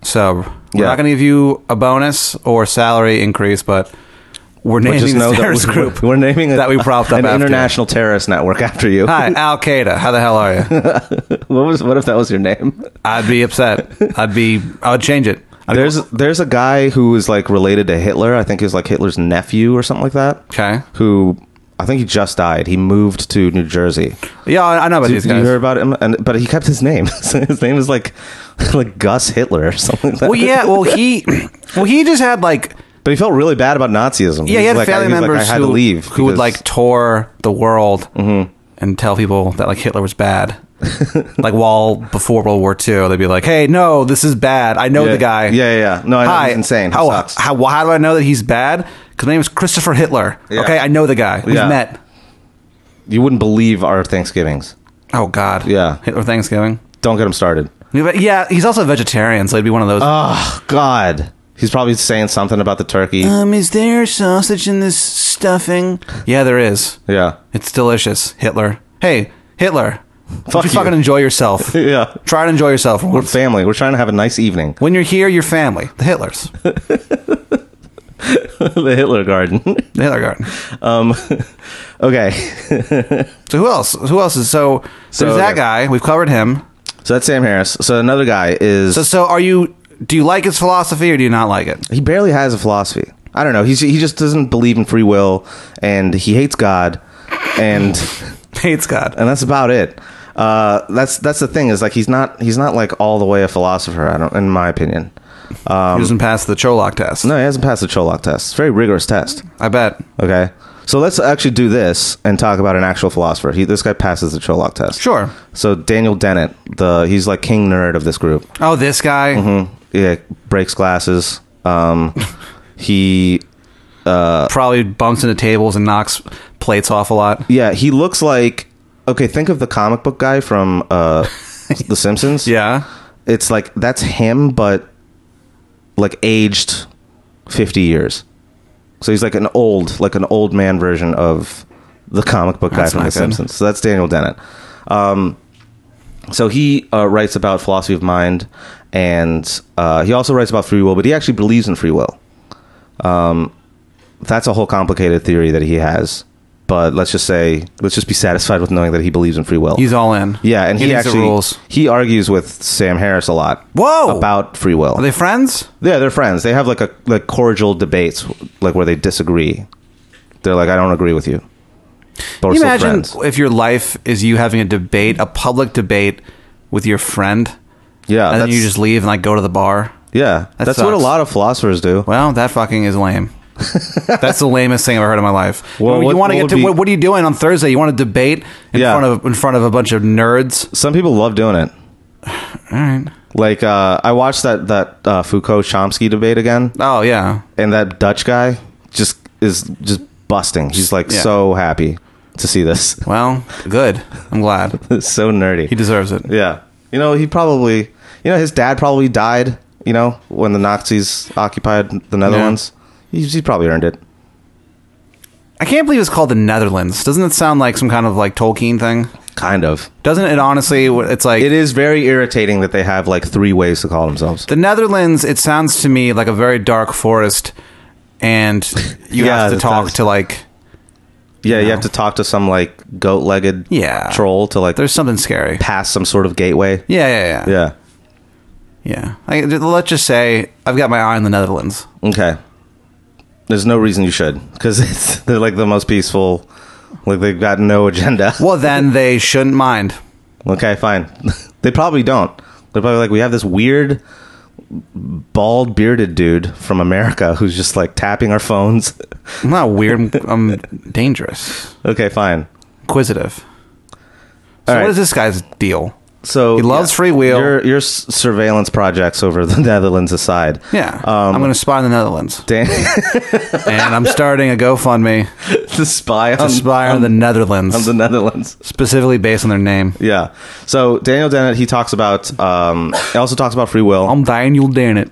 C: so we're
B: Yeah.
C: not going to give you a bonus or salary increase, but we're
B: But
C: naming
B: just know
C: this
B: that
C: terrorist
B: we're,
C: group.
B: We're naming a-
C: that we propped up
B: an
C: after.
B: international terrorist network after you.
C: Hi, Al Qaeda. How the hell are you?
B: what was? What if that was your name?
C: I'd be upset. I'd be. I would change it. I'd
B: There's there's a guy who is like related to Hitler. I think he was like Hitler's nephew or something like that.
C: Okay.
B: Who I think he just died. He moved to New Jersey.
C: Yeah, I I know about
B: Did
C: these
B: you
C: guys.
B: hear about him? And but he kept his name. So his name is like like Gus Hitler or something like that.
C: well, yeah. Well, he. Well, he just had like.
B: But he felt really bad about Nazism.
C: Yeah, he had
B: like,
C: family
B: was like,
C: members
B: I had
C: who,
B: to leave
C: who would
B: because- Mm-hmm.
C: like tour the world and tell people that like Hitler was bad. like while before World War II, they'd be like, "Hey, no, this is bad. I know
B: Yeah.
C: the guy.
B: Yeah, yeah, yeah. No, I know,
C: Hi.
B: he's insane. He
C: How,
B: sucks."
C: how how do I know that he's bad? Because my name is Christopher Hitler.
B: Yeah.
C: Okay, I know the guy. We've
B: Yeah.
C: met.
B: you wouldn't believe our Thanksgivings.
C: Oh God.
B: Yeah.
C: Hitler Thanksgiving.
B: Don't get him started.
C: Yeah, he's also a vegetarian, so he'd be one of those.
B: Oh God, he's probably saying something about the turkey.
C: um, is there sausage in this stuffing? Yeah, there is.
B: yeah,
C: It's delicious, Hitler. Hey, Hitler.
B: Fuck
C: Fuck you
B: you.
C: fucking enjoy yourself.
B: yeah.
C: Try to enjoy yourself for
B: We're
C: once.
B: family. We're trying to have a nice evening.
C: When you're here, your family, the Hitlers,
B: the Hitler Garden.
C: the Hitler Garden.
B: um, okay,
C: So who else? Who else is so?
B: So,
C: there's that
B: okay.
C: guy. We've covered him.
B: so that's Sam Harris. So another guy is
C: So so are you? Do you like his philosophy or do you not like it?
B: He barely has a philosophy. I don't know. He's, he just doesn't believe in free will, and he hates God, and
C: Hates God.
B: and that's about it. Uh, that's that's the thing is like he's not he's not like all the way a philosopher. I don't, in my opinion.
C: he doesn't pass the Cholok test.
B: Um, No, he hasn't passed the Cholok test. It's a very rigorous test.
C: I bet.
B: Okay, so let's actually do this and talk about an actual philosopher. He, this guy passes the Cholok test.
C: Sure.
B: So Daniel Dennett, the he's like king nerd of this group.
C: Oh, this guy.
B: Mm-hmm. Yeah, breaks glasses. Um, he Uh,
C: probably bumps into tables and knocks plates off a lot.
B: Yeah, he looks like okay. Think of the comic book guy from uh, The Simpsons.
C: Yeah.
B: it's like that's him, but like aged fifty years. So he's like an old, like an old man version of the comic book guy
C: That's
B: from The
C: not good.
B: Simpsons. So that's Daniel Dennett. Um, so he uh, writes about philosophy of mind, and uh, he also writes about free will, but he actually believes in free will. Um, that's a whole complicated theory that he has. But let's just say, let's just be satisfied with knowing that he believes in free will.
C: He's all in.
B: Yeah, and he,
C: thinks it
B: actually
C: rules.
B: he argues with Sam Harris a lot.
C: Whoa!
B: About free will.
C: Are they friends?
B: yeah, they're friends. They have like a like cordial debates, like where they disagree. They're like, I don't agree with you. But we're
C: Can you
B: still
C: imagine
B: friends.
C: if your life is you having a debate, a public debate with your friend,
B: Yeah,
C: and then
B: Uh, that's-
C: you just leave and like go to the bar?
B: yeah.
C: That
B: That's what a
C: sucks.
B: lot of philosophers do.
C: Well, that fucking is lame. That's the lamest thing I've heard in my life.
B: Well,
C: you
B: what-
C: want
B: what
C: to get
B: would
C: to
B: be-
C: what, what are you doing on Thursday? You want to debate in
B: Yeah.
C: front of in front of a bunch of nerds?
B: Some people love doing it.
C: all right.
B: Like uh, I watched that that uh, Foucault Chomsky debate again,
C: Oh yeah,
B: and that Dutch guy just is just busting. He's like
C: Yeah.
B: so happy to see this.
C: well, good. I'm glad
B: It's so nerdy.
C: he deserves it.
B: Yeah. You know, he probably, you know, his dad probably died, you know, when the Nazis occupied the Netherlands. He, he probably earned it.
C: I can't believe it's called the Netherlands. Doesn't it sound like some kind of like Tolkien thing?
B: Kind of.
C: Doesn't it? Honestly, it's like
B: It is very irritating that they have like three ways to call themselves.
C: The Netherlands, it sounds to me like a very dark forest, and you
B: Yeah,
C: have to
B: that
C: talk
B: sounds-
C: to like.
B: Yeah, you
C: No.
B: have to talk to some like goat legged
C: Yeah.
B: troll to like
C: There's something scary.
B: pass some sort of gateway.
C: Yeah, yeah, yeah,
B: Yeah.
C: yeah. I, let's just say I've got my eye on the Netherlands.
B: Okay. There's no reason you should because it's they're like the most peaceful. Like they've got no agenda.
C: Well, then they shouldn't mind.
B: Okay, fine. they probably don't. They're probably like, we have this weird, bald, bearded dude from America who's just like tapping our phones.
C: I'm not weird. I'm, I'm dangerous,
B: okay, fine.
C: inquisitive. So
B: All right.
C: what is this guy's deal?
B: So
C: He loves free will.
B: Your, your s- surveillance projects over the Netherlands aside.
C: Yeah,
B: Um,
C: I'm going to spy on the Netherlands,
B: Dan,
C: and I'm starting a GoFundMe
B: the spy on,
C: to spy on the Netherlands,
B: on the Netherlands.
C: specifically based on their name.
B: Yeah. So Daniel Dennett, he talks about. Um, he also talks about free will.
C: I'm Daniel Dennett.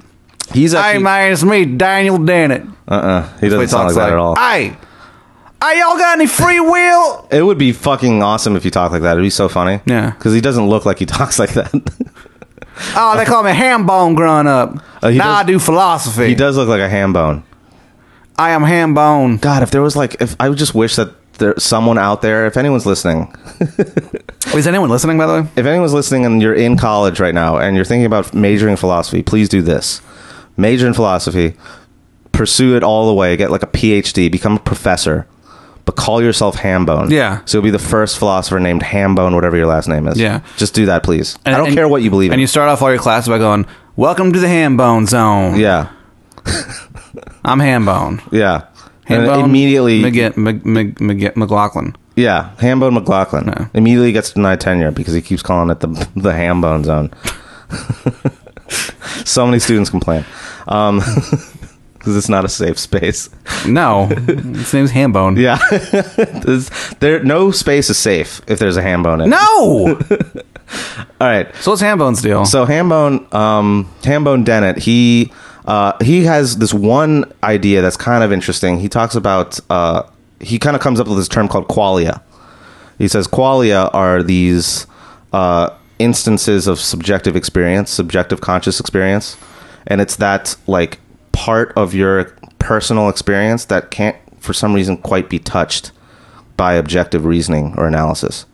B: He's
C: Hey
B: actually.
C: man, it's me, Daniel Dennett.
B: Uh. uh He doesn't
C: That's
B: sound like
C: what he
B: that at all.
C: talks like. Hey, hey, y'all got any free will?
B: It would be fucking awesome if you talk like that. It'd be so funny.
C: Yeah.
B: Because he doesn't look like he talks like that.
C: Oh, they call me ham bone growing up.
B: Uh, he
C: now
B: does-
C: I do philosophy.
B: He does look like a ham bone.
C: I am ham bone.
B: God, if there was like, if I would just wish that there's someone out there, if anyone's listening,
C: Is anyone listening, by the way?
B: if anyone's listening and you're in college right now and you're thinking about majoring in philosophy, please do this. Major in philosophy, pursue it all the way, get like a PhD, become a professor, but call yourself Hambone.
C: Yeah.
B: So you'll be the first philosopher named Hambone, whatever your last name is.
C: Yeah.
B: Just do that, please. I
C: And-
B: don't
C: and-
B: care what you believe in.
C: And you start off all your classes by going, "Welcome to the ham bone zone."
B: yeah.
C: I'm ham bone.
B: Yeah.
C: Ham
B: and
C: bone.
B: immediately,
C: McG- Mc- Mc- Mc- McLaughlin.
B: Yeah, Hambone McLaughlin immediately gets denied tenure because he keeps calling it the the Hambone Zone. so many students complain because it's not a safe space.
C: No, his name's ham bone.
B: Yeah, There's- there no space is safe if there's a Hambone. In. it.
C: No.
B: all right.
C: so what's ham bone's deal?
B: So Hambone, um, Hambone Dennett, he uh, he has this one idea that's kind of interesting. He talks about uh, he kind of comes up with this term called qualia. He says qualia are these uh, instances of subjective experience, subjective conscious experience, and it's that like part of your personal experience that can't, for some reason, quite be touched by objective reasoning or analysis.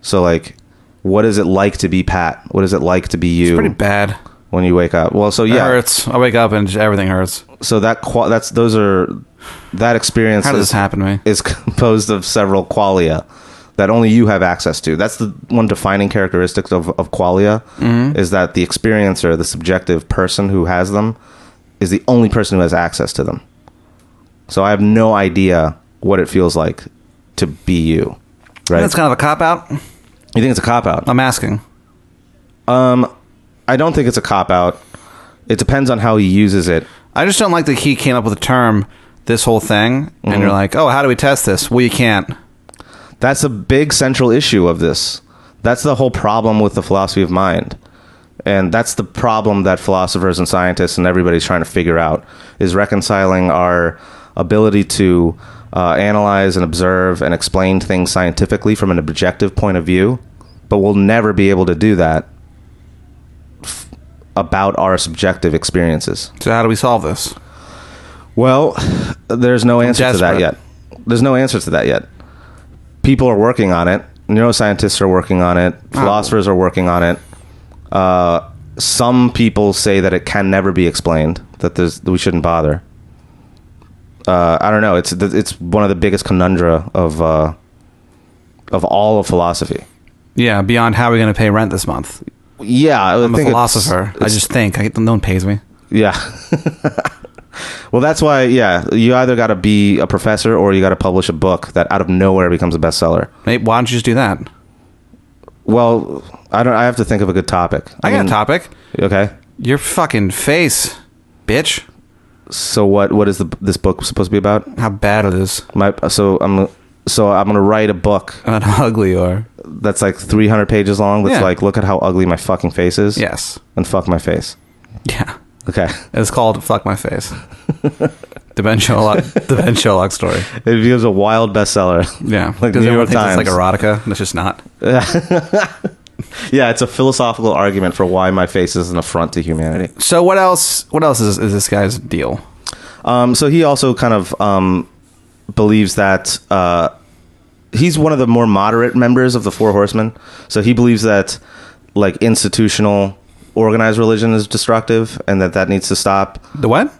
B: So like, what is it like to be Pat? What is it like to be you
C: Pretty bad.
B: when you wake up? Well, so
C: It
B: yeah,
C: hurts. I wake up and just everything hurts.
B: so that qua that's those are that experience.
C: How did
B: is-
C: this happen to me?
B: is composed of several qualia that only you have access to. That's the one defining characteristic of, of qualia is that the experiencer, the subjective person who has them, is the only person who has access to them. So I have no idea what it feels like to be you. Right?
C: That's kind of a cop out.
B: you think it's a cop out?
C: I'm asking.
B: I don't think it's a cop out. It depends on how he uses it.
C: I just don't like that he came up with a term, this whole thing, and you're like, oh, how do we test this? Well, you can't.
B: That's a big central issue of this. That's the whole problem with the philosophy of mind. And that's the problem that philosophers and scientists and everybody's trying to figure out is reconciling our ability to uh, analyze and observe and explain things scientifically from an objective point of view, but we'll never be able to do that f- about our subjective experiences.
C: So how do we solve this?
B: Well, there's no answer to that
C: desperate.
B: yet. There's no answer to that yet. People are working on it. Neuroscientists are working on it.
C: Ah.
B: Philosophers are working on it. Uh, some people say that it can never be explained. That there's that we shouldn't bother. Uh, I don't know. It's it's one of the biggest conundra of uh, of all of philosophy.
C: Yeah, beyond how are we going to pay rent this month?
B: Yeah, I
C: I'm a philosopher. I just think. I, no one pays me.
B: Yeah. well, that's why, yeah, you either got to be a professor or you got to publish a book that out of nowhere becomes a bestseller.
C: Hey, why don't you just do that?
B: well, I don't. I have to think of a good topic.
C: I got
B: mean-
C: a topic.
B: Okay.
C: Your fucking face, bitch.
B: So what? What is the, this book supposed to be about?
C: How bad it is.
B: My so I'm so I'm gonna write a book
C: And how ugly you are.
B: that's like 300 pages long. That's
C: Yeah.
B: like look at how ugly my fucking face is.
C: Yes.
B: And fuck my face.
C: Yeah.
B: Okay.
C: It's called "Fuck My Face." the Ben Sherlock, the Ben Sherlock story.
B: It becomes a wild bestseller.
C: Yeah,
B: Like the
C: Because
B: New
C: everyone
B: York
C: thinks
B: Times.
C: It's like erotica, and it's just not.
B: yeah, it's a philosophical argument for why my face is an affront to humanity.
C: So what else? What else is, is this guy's deal?
B: Um, so he also kind of um, believes that uh, he's one of the more moderate members of the Four Horsemen. So he believes that like institutional organized religion is destructive and that that needs to stop.
C: The what?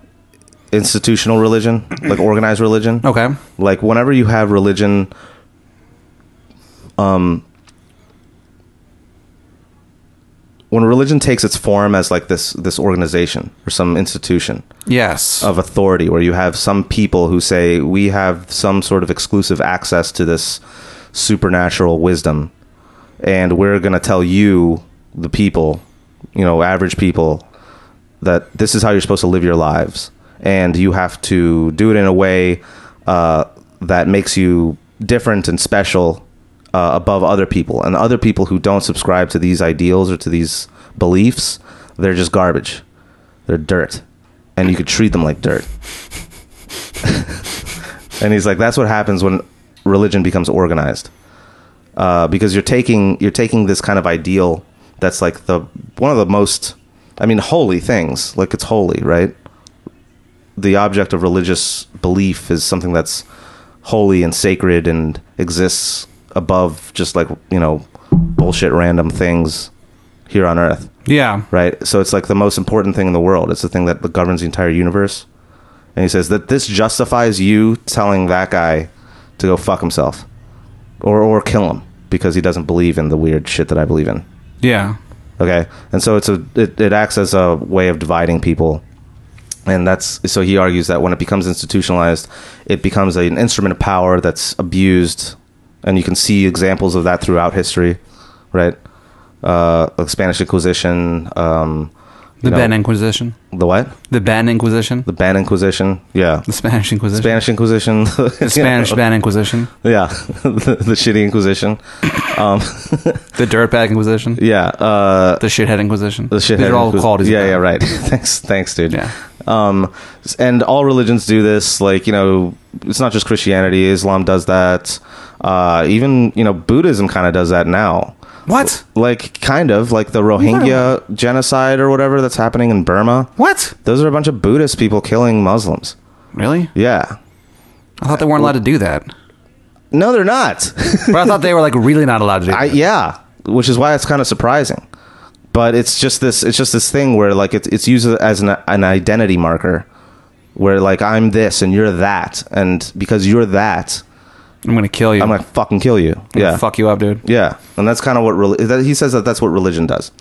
B: Institutional religion, like organized religion.
C: Okay.
B: Like whenever you have religion, um, when religion takes its form as like this this organization or some institution,
C: Yes.
B: of authority where you have some people who say we have some sort of exclusive access to this supernatural wisdom and we're going to tell you the people you know average people that this is how you're supposed to live your lives and you have to do it in a way uh, that makes you different and special uh, above other people and other people who don't subscribe to these ideals or to these beliefs they're just garbage they're dirt and you could treat them like dirt and he's like that's what happens when religion becomes organized uh, because you're taking you're taking this kind of ideal that's like the one of the most i mean holy things like it's holy right the object of religious belief is something that's holy and sacred and exists above just like you know bullshit random things here on earth
C: yeah.
B: right? So it's like the most important thing in the world. It's the thing that governs the entire universe. And he says that this justifies you telling that guy to go fuck himself or or kill him because he doesn't believe in the weird shit that I believe in.
C: Yeah.
B: Okay, and so it's a it, it acts as a way of dividing people, and that's so he argues that when it becomes institutionalized, it becomes an instrument of power that's abused, and you can see examples of that throughout history, right? Uh, like Spanish Inquisition, um,
C: The
B: you know,
C: Ben Inquisition.
B: the what?
C: The Ben Inquisition.
B: The
C: The,
B: Ban Inquisition, yeah.
C: Spanish Inquisition.
B: Spanish Inquisition,
C: the Spanish Ben Inquisition.
B: yeah, the, the shitty Inquisition, um,
C: The Dirtbag Inquisition.
B: yeah. Uh,
C: The Shithead Inquisition.
B: the shithead.
C: These are all
B: who's-
C: called. as
B: Yeah,
C: Ben.
B: yeah, right. thanks, thanks, dude.
C: Yeah.
B: Um, s- and all religions do this. Like you know, it's not just Christianity. Islam does that. Uh, even you know, Buddhism kind of does that now.
C: What?
B: Like kind of like the Rohingya genocide or whatever that's happening in Burma.
C: What?
B: Those are a bunch of Buddhist people killing Muslims.
C: Really?
B: Yeah.
C: I thought they weren't allowed to do that.
B: No, they're not.
C: But I thought they were like really not allowed to do. That.
B: I, yeah, which is why it's kind of surprising. But it's just this. It's just this thing where like it's it's used as an an identity marker, where like I'm this and you're that, and because you're that,
C: I'm gonna kill you.
B: I'm gonna fucking kill you.
C: I'm gonna
B: yeah,
C: Fuck you up, dude.
B: yeah, and that's kind of what reli- that, he says that that's what religion does.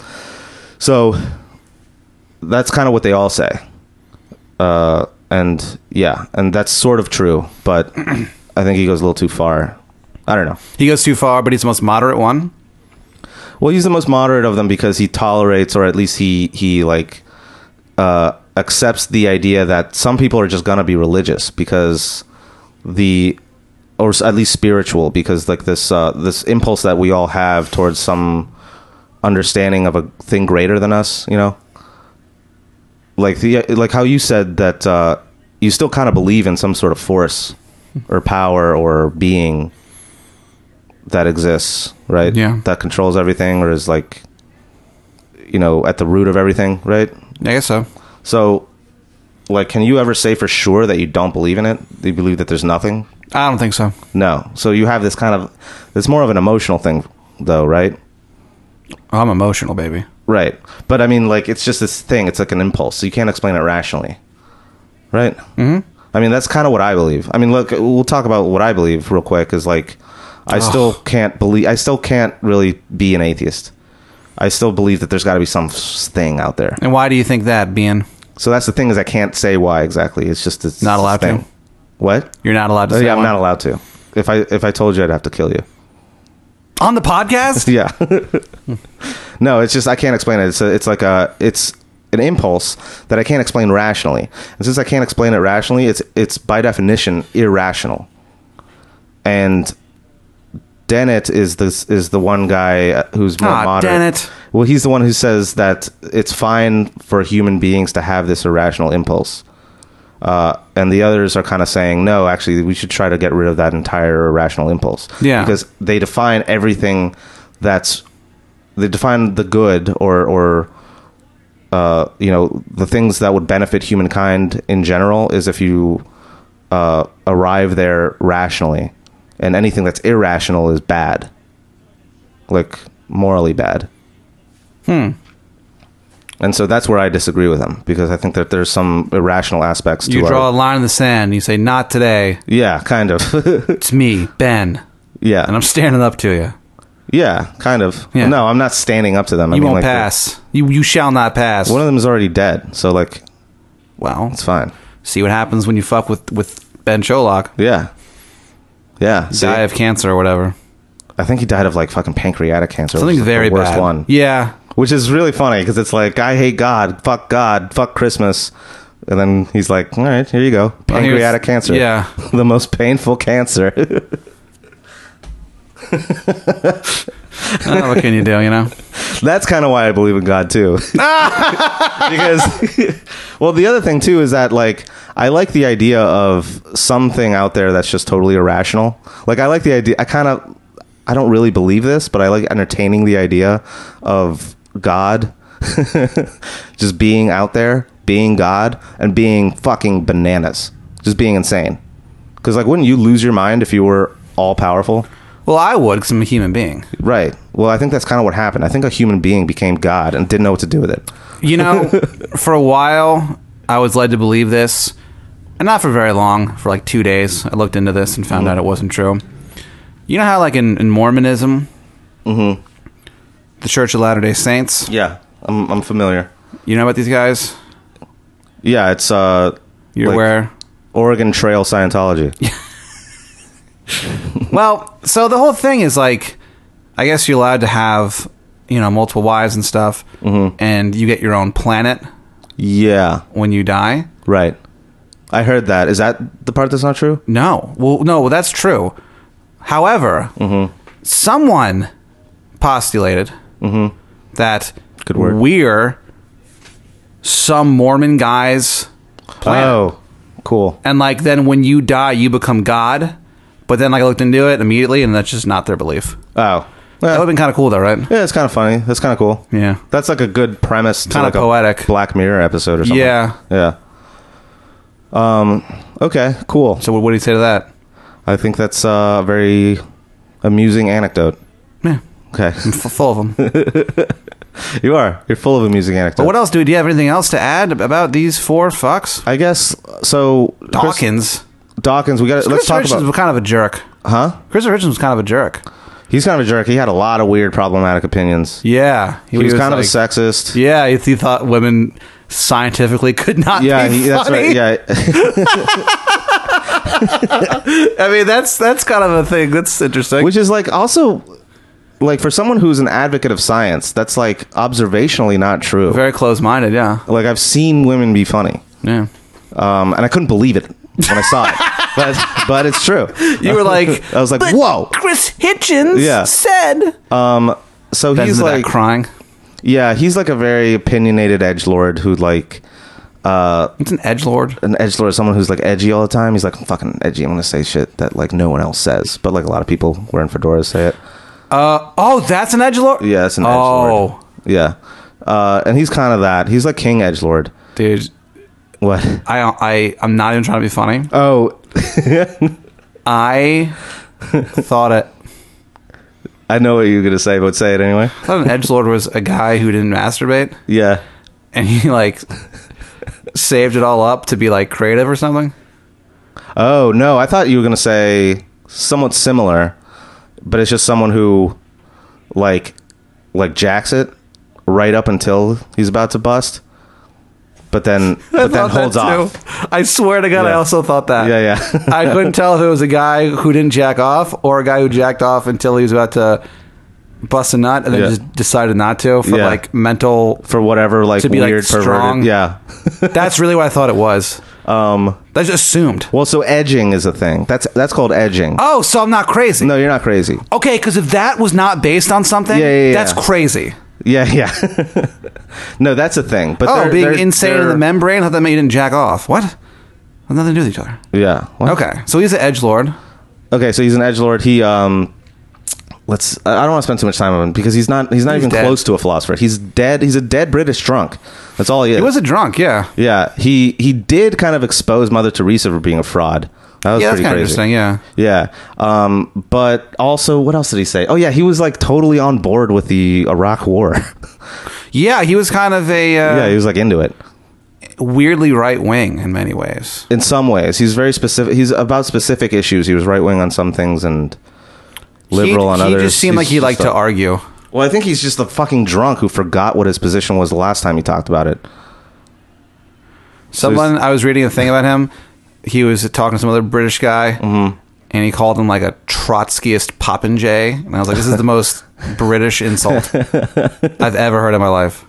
B: So that's kind of what they all say, uh, and yeah, and that's sort of true. But I think he goes a little too far. I don't know.
C: He goes too far, but he's the most moderate one.
B: Well, he's the most moderate of them because he tolerates, or at least he he like uh, accepts the idea that some people are just gonna be religious because the, or s- at least spiritual, because like this uh, this impulse that we all have towards some understanding of a thing greater than us, you know, like the like how you said that uh, you still kind of believe in some sort of force or power or being that exists, right?
C: Yeah.
B: that controls everything or is like, you know, at the root of everything, right?
C: I guess so.
B: So, like, can you ever say for sure that you don't believe in it? Do you believe that there's nothing?
C: I don't think so.
B: No. So you have this kind of, it's more of an emotional thing, though, right?
C: Oh, I'm emotional, baby.
B: Right. But I mean, like, it's just this thing. It's like an impulse. So you can't explain it rationally, right? Mm-hmm. I mean, that's kind of what I believe. I mean, look, we'll talk about what I believe real quick. Is like, I still can't believe. I still can't really be an atheist. I still believe that there's got to be some s- thing out there.
C: And why do you think that, being
B: So that's the thing is I can't say why exactly. It's just it's
C: Not allowed
B: this
C: to?
B: What?
C: you're not allowed to?
B: Oh,
C: say
B: yeah, I'm
C: one?
B: not allowed to. If I if I told you, I'd have to kill you.
C: on the podcast.
B: Yeah. no, it's just I can't explain it. It's a, it's like a it's an impulse that I can't explain rationally. And since I can't explain it rationally, it's it's by definition irrational. And Dennett is this is the one guy uh, who's more
C: Ah,
B: moderate.
C: Dennett.
B: Well, he's the one who says that it's fine for human beings to have this irrational impulse. Uh, and the others are kind of saying, no, actually, we should try to get rid of that entire irrational impulse.
C: Yeah.
B: Because they define everything that's. They define the good or, or uh, you know, the things that would benefit humankind in general is if you uh, arrive there rationally. And anything that's irrational is bad. Like, morally bad.
C: Hmm.
B: And so that's where I disagree with him because I think that there's some irrational aspects to
C: You
B: our-
C: draw a line in the sand. You say, "Not today."
B: Yeah, kind of.
C: It's me, Ben,
B: yeah.
C: and I'm standing up to you.
B: yeah, kind of.
C: Yeah.
B: No, I'm not standing up to them. I
C: You
B: mean,
C: won't
B: like,
C: pass. You you shall not pass.
B: One of them is already dead, so like
C: well,
B: it's fine.
C: see what happens when you fuck with with Ben Sholok.
B: Yeah. Yeah. See?
C: Die of cancer or whatever.
B: I think he died of like fucking pancreatic cancer. which
C: Something
B: is, like, the
C: very
B: worst
C: bad.
B: one.
C: Yeah,
B: Which is really funny because it's like I hate God, fuck God, fuck Christmas. And then he's like, "All right, here you go.
C: Well, here's-
B: Pancreatic cancer.
C: yeah.
B: the most painful cancer."
C: Ah, what can you do? You know.
B: That's kind of why I believe in God too. because well, the other thing too is that like I like the idea of something out there that's just totally irrational. Like I like the idea I kind of I don't really believe this, but I like entertaining the idea of God just being out there, being God and being fucking bananas. Just being insane. Cuz like wouldn't you lose your mind if you were all powerful?
C: Well, I would because I'm a human being.
B: Right. Well, I think that's kind of what happened. I think a human being became God and didn't know what to do with it.
C: You know, for a while, I was led to believe this, and not for very long, for like two days. I looked into this and found
B: Mm-hmm.
C: out it wasn't true. You know how, like, in, in Mormonism, the Church of Latter day Saints,
B: Mm-hmm. Yeah, I'm, I'm familiar.
C: you know about these guys?
B: Yeah, it's uh,
C: You're
B: like,
C: aware?
B: Oregon Trail Scientology.
C: well, so the whole thing is like, I guess you're allowed to have, you know, multiple wives and stuff,
B: Mm-hmm.
C: and you get your own planet
B: Yeah,
C: when you die.
B: right. I heard that. Is that the part that's not true?
C: No. Well, no, well, that's true. However,
B: Mm-hmm.
C: someone postulated that
B: Mm-hmm. Good word.
C: we're some Mormon guys.
B: Oh, cool.
C: And like, then when you die, you become God. But then like, I looked into it immediately, and that's just not their belief.
B: Oh,
C: That would have
B: well,
C: been kind of cool, though, right?
B: yeah, it's kind of funny. That's kind of cool.
C: Yeah.
B: that's like a good premise. to
C: Kinda
B: like a
C: poetic.
B: Black Mirror episode or something.
C: Yeah.
B: yeah. Um. Okay. Cool.
C: So, what, what do you say to that?
B: I think that's uh, a very amusing anecdote.
C: Yeah,
B: Okay,
C: f- full of them.
B: you are. You're full of amusing anecdotes.
C: but what else, dude? Do you have anything else to add about these four fucks?
B: I guess so. Chris-
C: Dawkins.
B: Dawkins. We got. to Let's
C: Chris
B: talk
C: Richards
B: about.
C: was kind of a jerk.
B: Huh?
C: Chris Richards was kind of a jerk.
B: He's kind of a jerk. He had a lot of weird problematic opinions.
C: Yeah,
B: He, was, kind of a
C: like-
B: sexist.
C: Yeah, he, he thought women scientifically could not.
B: Yeah,
C: be
B: he,
C: funny.
B: that's right. Yeah,
C: I mean, that's that's kind of a thing. That's interesting.
B: which is like also like for someone who's an advocate of science, that's like observationally not true.
C: Very close-minded. Yeah,
B: like I've seen women be funny,
C: yeah.
B: um, and I couldn't believe it when I saw it, but but it's true.
C: You were like,
B: I was like,
C: "But
B: whoa.
C: Chris Hitchens
B: Yeah.
C: said
B: So
C: Ben's
B: he's
C: into that
B: like,
C: crying.
B: yeah, he's like a very opinionated edge lord who like
C: It's an edge lord.
B: an edge lord, someone who's like edgy all the time. He's like, I'm fucking edgy. I'm gonna say shit that like no one else says, but like a lot of people wearing fedoras say it.
C: Oh, that's an edge lord.
B: Yeah, that's an edgelord.
C: Oh,
B: Yeah. Uh, and he's kind of that. He's like King Edgelord.
C: dude,
B: What?
C: I I I'm not even trying to be funny.
B: Oh,
C: I thought it.
B: I know what you're going to say, but say it anyway.
C: I thought an edge lord was a guy who didn't masturbate
B: Yeah.
C: and he like saved it all up to be like creative or something.
B: Oh, no. I thought you were going to say somewhat similar, but it's just someone who like like jacks it right up until he's about to bust, but then but
C: I
B: then
C: thought
B: holds
C: that,
B: off.
C: too. I swear to God, I
B: Yeah.
C: also thought that.
B: Yeah, yeah.
C: I couldn't tell if it was a guy who didn't jack off or a guy who jacked off until he was about to bust a nut and then
B: Yeah.
C: just decided not to for
B: Yeah.
C: like mental.
B: for whatever like
C: To be, like,
B: weird
C: strong.
B: perverted. Yeah.
C: That's really what I thought it was.
B: Um.
C: That's assumed.
B: Well, so edging is a thing. That's that's called edging.
C: Oh, so I'm not crazy.
B: No, you're not crazy.
C: Okay, because if that was not based on something,
B: Yeah, yeah, yeah.
C: that's crazy.
B: Yeah, yeah. no, that's a thing. But
C: Oh,
B: they're-
C: being
B: they're-
C: insane in
B: they're-
C: the membrane, how that meant you didn't jack off. What? Had nothing to do with each other.
B: Yeah. What?
C: Okay, so he's an edge lord.
B: Okay, so he's an edge lord. He um let's I I don't want to spend too much time on him because he's not he's not
C: He's
B: even
C: dead.
B: close to a philosopher. He's dead. He's a dead British drunk. That's all he is.
C: He was a drunk, yeah.
B: yeah, he he did kind of expose Mother Teresa for being a fraud. That was
C: Yeah, that's
B: pretty
C: kind of
B: crazy.
C: interesting. Yeah,
B: Yeah. Um, but also, what else did he say? Oh, yeah, he was like totally on board with the Iraq War.
C: yeah, he was kind of a uh,
B: yeah, he was like into it.
C: weirdly right wing in many ways.
B: In some ways, he's very specific. He's about specific issues. He was right wing on some things and liberal
C: he,
B: on
C: he
B: others.
C: just seemed
B: He's
C: like he
B: just
C: liked
B: a-
C: to argue.
B: Well, I think he's just the fucking drunk who forgot what his position was the last time he talked about it.
C: Someone I was reading a thing about him. He was talking to some other British guy,
B: Mm-hmm.
C: and he called him like a Trotskyist popinjay, and I was like, "This is the most British insult I've ever heard in my life."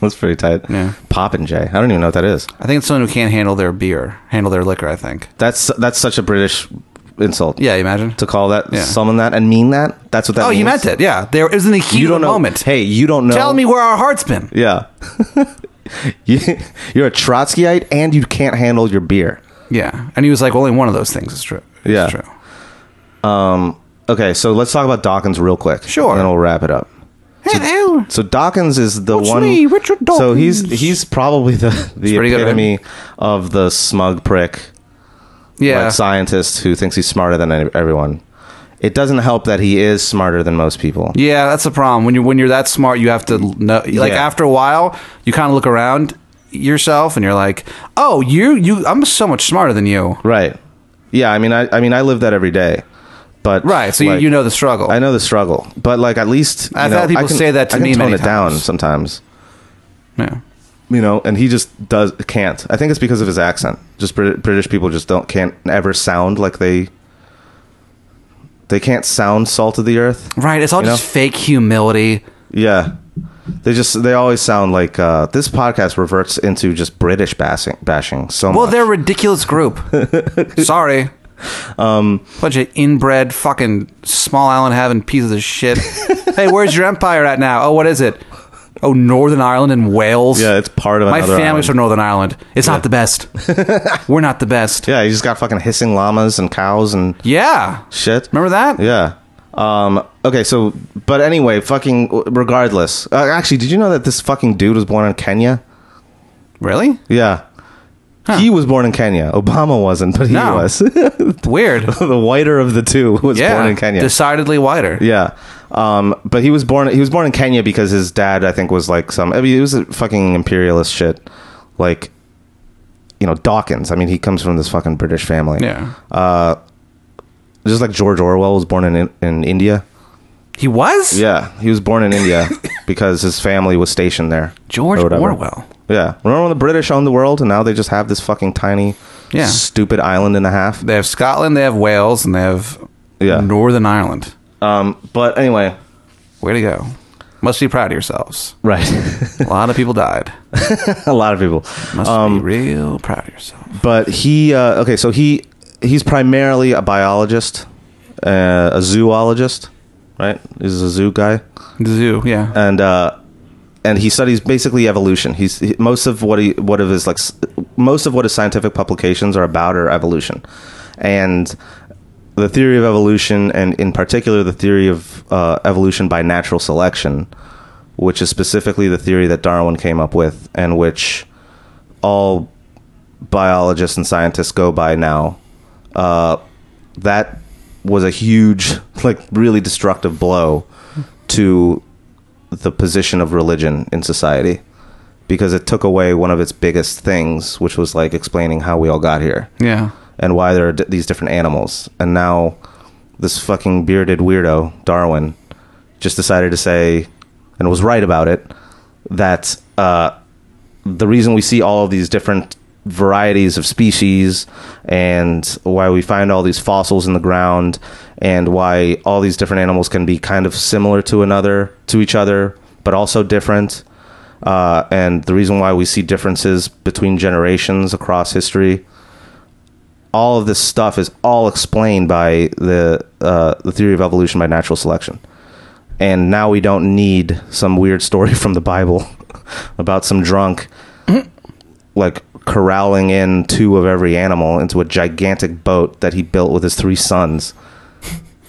B: That's pretty tight.
C: Yeah.
B: Poppin' Jay. I don't even know what that is.
C: I think it's someone who can't handle their beer, handle their liquor. I think.
B: That's that's such a British insult.
C: Yeah, you imagine.
B: To call that
C: Yeah.
B: summon that and mean that. That's what that.
C: Oh, you
B: means?
C: meant it. Yeah, there isn't a heat
B: You
C: of the
B: don't know.
C: moment.
B: Hey, you don't know.
C: Tell me where our heart's been.
B: Yeah. you, you're a Trotskyite and you can't handle your beer.
C: Yeah, and he was like, "Only one of those things is true." is
B: Yeah.
C: true.
B: Okay, so let's talk about Dawkins real quick.
C: Sure.
B: And then we'll wrap it up.
C: Hello.
B: So Dawkins is the
C: What's
B: one.
C: me, Richard
B: So he's
C: Dawkins?
B: he's probably the the
C: pretty good,
B: epitome of the smug prick
C: Yeah.
B: like scientist who thinks he's smarter than any- everyone. It doesn't help that he is smarter than most people.
C: Yeah, that's the problem. When you're when you're that smart, you have to know. Like
B: Yeah.
C: after a while, you kind of look around yourself and you're like, "Oh, you you I'm so much smarter than you."
B: Right. Yeah, I mean I I mean I live that every day. But
C: Right. So
B: like,
C: you, you know the struggle.
B: I know the struggle, but like at least you
C: I've
B: know,
C: had people
B: I can-
C: say that to
B: I can
C: me
B: Tone
C: many
B: it down
C: times.
B: sometimes,
C: Yeah.
B: you know, and he just does can't. I think it's because of his accent. Just Brit- British people just don't can't ever sound like they they can't sound salt of the earth.
C: Right. It's all
B: You
C: just
B: know?
C: fake humility.
B: Yeah, they just they always sound like uh, this podcast reverts into just British bashing bashing. So
C: Well,
B: much.
C: they're a ridiculous group. Sorry. Um, bunch of inbred fucking small island having pieces of shit. hey, where's your empire at now? Oh, what is it? Oh, Northern Ireland and Wales.
B: yeah, it's part of
C: My
B: another
C: family's from
B: island.
C: Northern Ireland. It's not the best. We're not the best.
B: yeah. You just got fucking hissing llamas and cows and
C: Yeah.
B: shit.
C: Remember that?
B: Yeah. Um, okay, so, but anyway, fucking, regardless. Uh, actually, did you know that this fucking dude was born in Kenya?
C: Really?
B: Yeah. He was born in Kenya. Obama wasn't, but he
C: No.
B: was. the
C: Weird.
B: whiter of the two was
C: Yeah.
B: born in Kenya.
C: Decidedly wider.
B: yeah. Um, but he was born he was born in Kenya because his dad I think was like some I mean it was a fucking imperialist shit. Like you know, Dawkins. I mean, he comes from this fucking British family. Uh,
C: Yeah.
B: Just like George Orwell was born in in India.
C: he was?
B: Yeah, he was born in India because his family was stationed there.
C: George
B: or whatever.
C: Orwell.
B: Yeah, remember when the British owned the world, and now they just have this fucking tiny,
C: Yeah.
B: stupid island and a half.
C: They have Scotland, they have Wales, and they have
B: Yeah.
C: Northern Ireland.
B: Um, but anyway,
C: Way to go. Must be proud of yourselves.
B: right,
C: A lot of people died.
B: a lot of people.
C: Must
B: Um,
C: be real proud of yourself.
B: But he, uh, okay, so he he's primarily a biologist, uh, a zoologist, right? He's a zoo guy.
C: The zoo, yeah.
B: and uh, and he studies basically evolution. He's he, most of what he what of his like s- most of what his scientific publications are about are evolution, and the theory of evolution, and in particular the theory of uh, evolution by natural selection, which is specifically the theory that Darwin came up with, and which all biologists and scientists go by now. Uh, that was a huge, like, really destructive blow to the position of religion in society because it took away one of its biggest things, which was like explaining how we all got here
C: yeah.
B: and why there are d- these different animals. And now this fucking bearded weirdo, Darwin, just decided to say, and was right about it, that uh, the reason we see all of these different varieties of species and why we find all these fossils in the ground and why all these different animals can be kind of similar to another to each other but also different uh, and the reason why we see differences between generations across history all of this stuff is all explained by the uh, the theory of evolution by natural selection and now we don't need some weird story from the bible about some drunk like corralling in two of every animal into a gigantic boat that he built with his three sons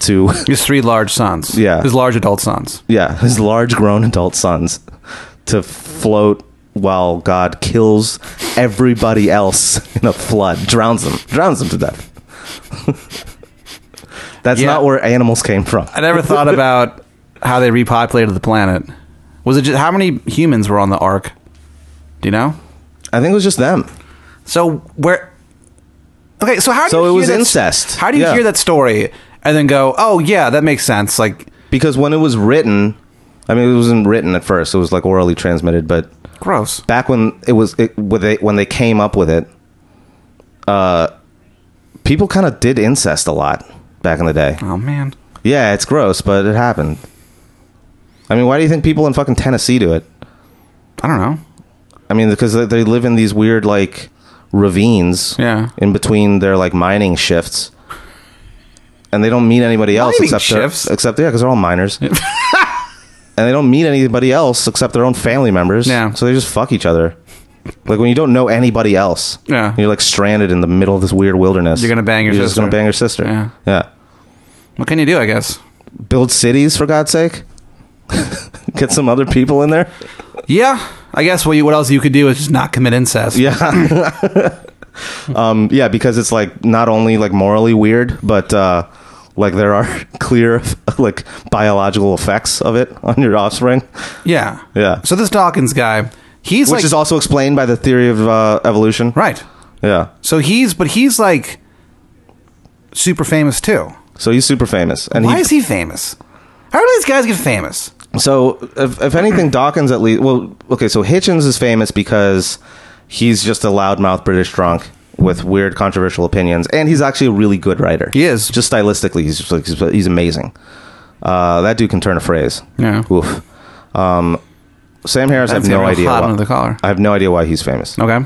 B: to
C: His three large sons.
B: Yeah.
C: His large adult sons.
B: yeah his large grown adult sons to float while god kills everybody else in a flood drowns them drowns them to death that's
C: Yeah.
B: not where animals came from
C: I never thought about how they repopulated the planet. Was it just how many humans were on the ark? Do you know?
B: i think it was just them
C: So where? Okay, so how?
B: So
C: do you
B: it
C: hear
B: was
C: that-
B: incest.
C: How do you
B: Yeah.
C: hear that story and then go, "Oh yeah, that makes sense"? Like
B: because when it was written i mean it wasn't written at first it was like orally transmitted but
C: gross.
B: back when it was it, when they when they came up with it, uh, people kind of did incest a lot back in the day.
C: Oh man,
B: Yeah, it's gross, but it happened. I mean, why do you think people in fucking Tennessee do it?
C: I don't know.
B: I mean, because they, they live in these weird like ravines,
C: Yeah.
B: in between their like mining shifts, and they don't meet anybody else
C: Mining
B: except their-
C: shifts?
B: except yeah, because they're all miners, and they don't meet anybody else except their own family members.
C: Yeah.
B: so they just fuck each other. Like when you don't know anybody else,
C: Yeah.
B: you're like stranded in the middle of this weird wilderness.
C: You're gonna bang your
B: You're just gonna
C: sister.
B: bang your sister.
C: Yeah.
B: yeah.
C: What can you do? I guess.
B: Build cities for God's sake. Get some other people in there.
C: Yeah, I guess what you, what else you could do is just not commit incest.
B: Yeah. um, yeah, because it's like not only like morally weird, but uh, like there are clear like biological effects of it on your offspring,
C: yeah,
B: Yeah.
C: So this Dawkins guy, he's
B: which
C: like
B: is also explained by the theory of uh, evolution.
C: right.
B: Yeah.
C: So he's but he's like super famous too.
B: So he's super famous, and
C: Why
B: he,
C: is he famous? How do these guys get famous?
B: So, if, if anything, Dawkins at least. Well, okay, so Hitchens is famous because he's just a loudmouth British drunk with weird, controversial opinions, and he's actually a really good writer.
C: He is.
B: Just stylistically, he's just like, he's, he's amazing. Uh, that dude can turn a phrase.
C: Yeah.
B: Oof. Um, Sam Harris, I have
C: That's
B: no
C: getting
B: idea.
C: hot
B: why-
C: under the collar.
B: I have no idea why he's famous.
C: Okay.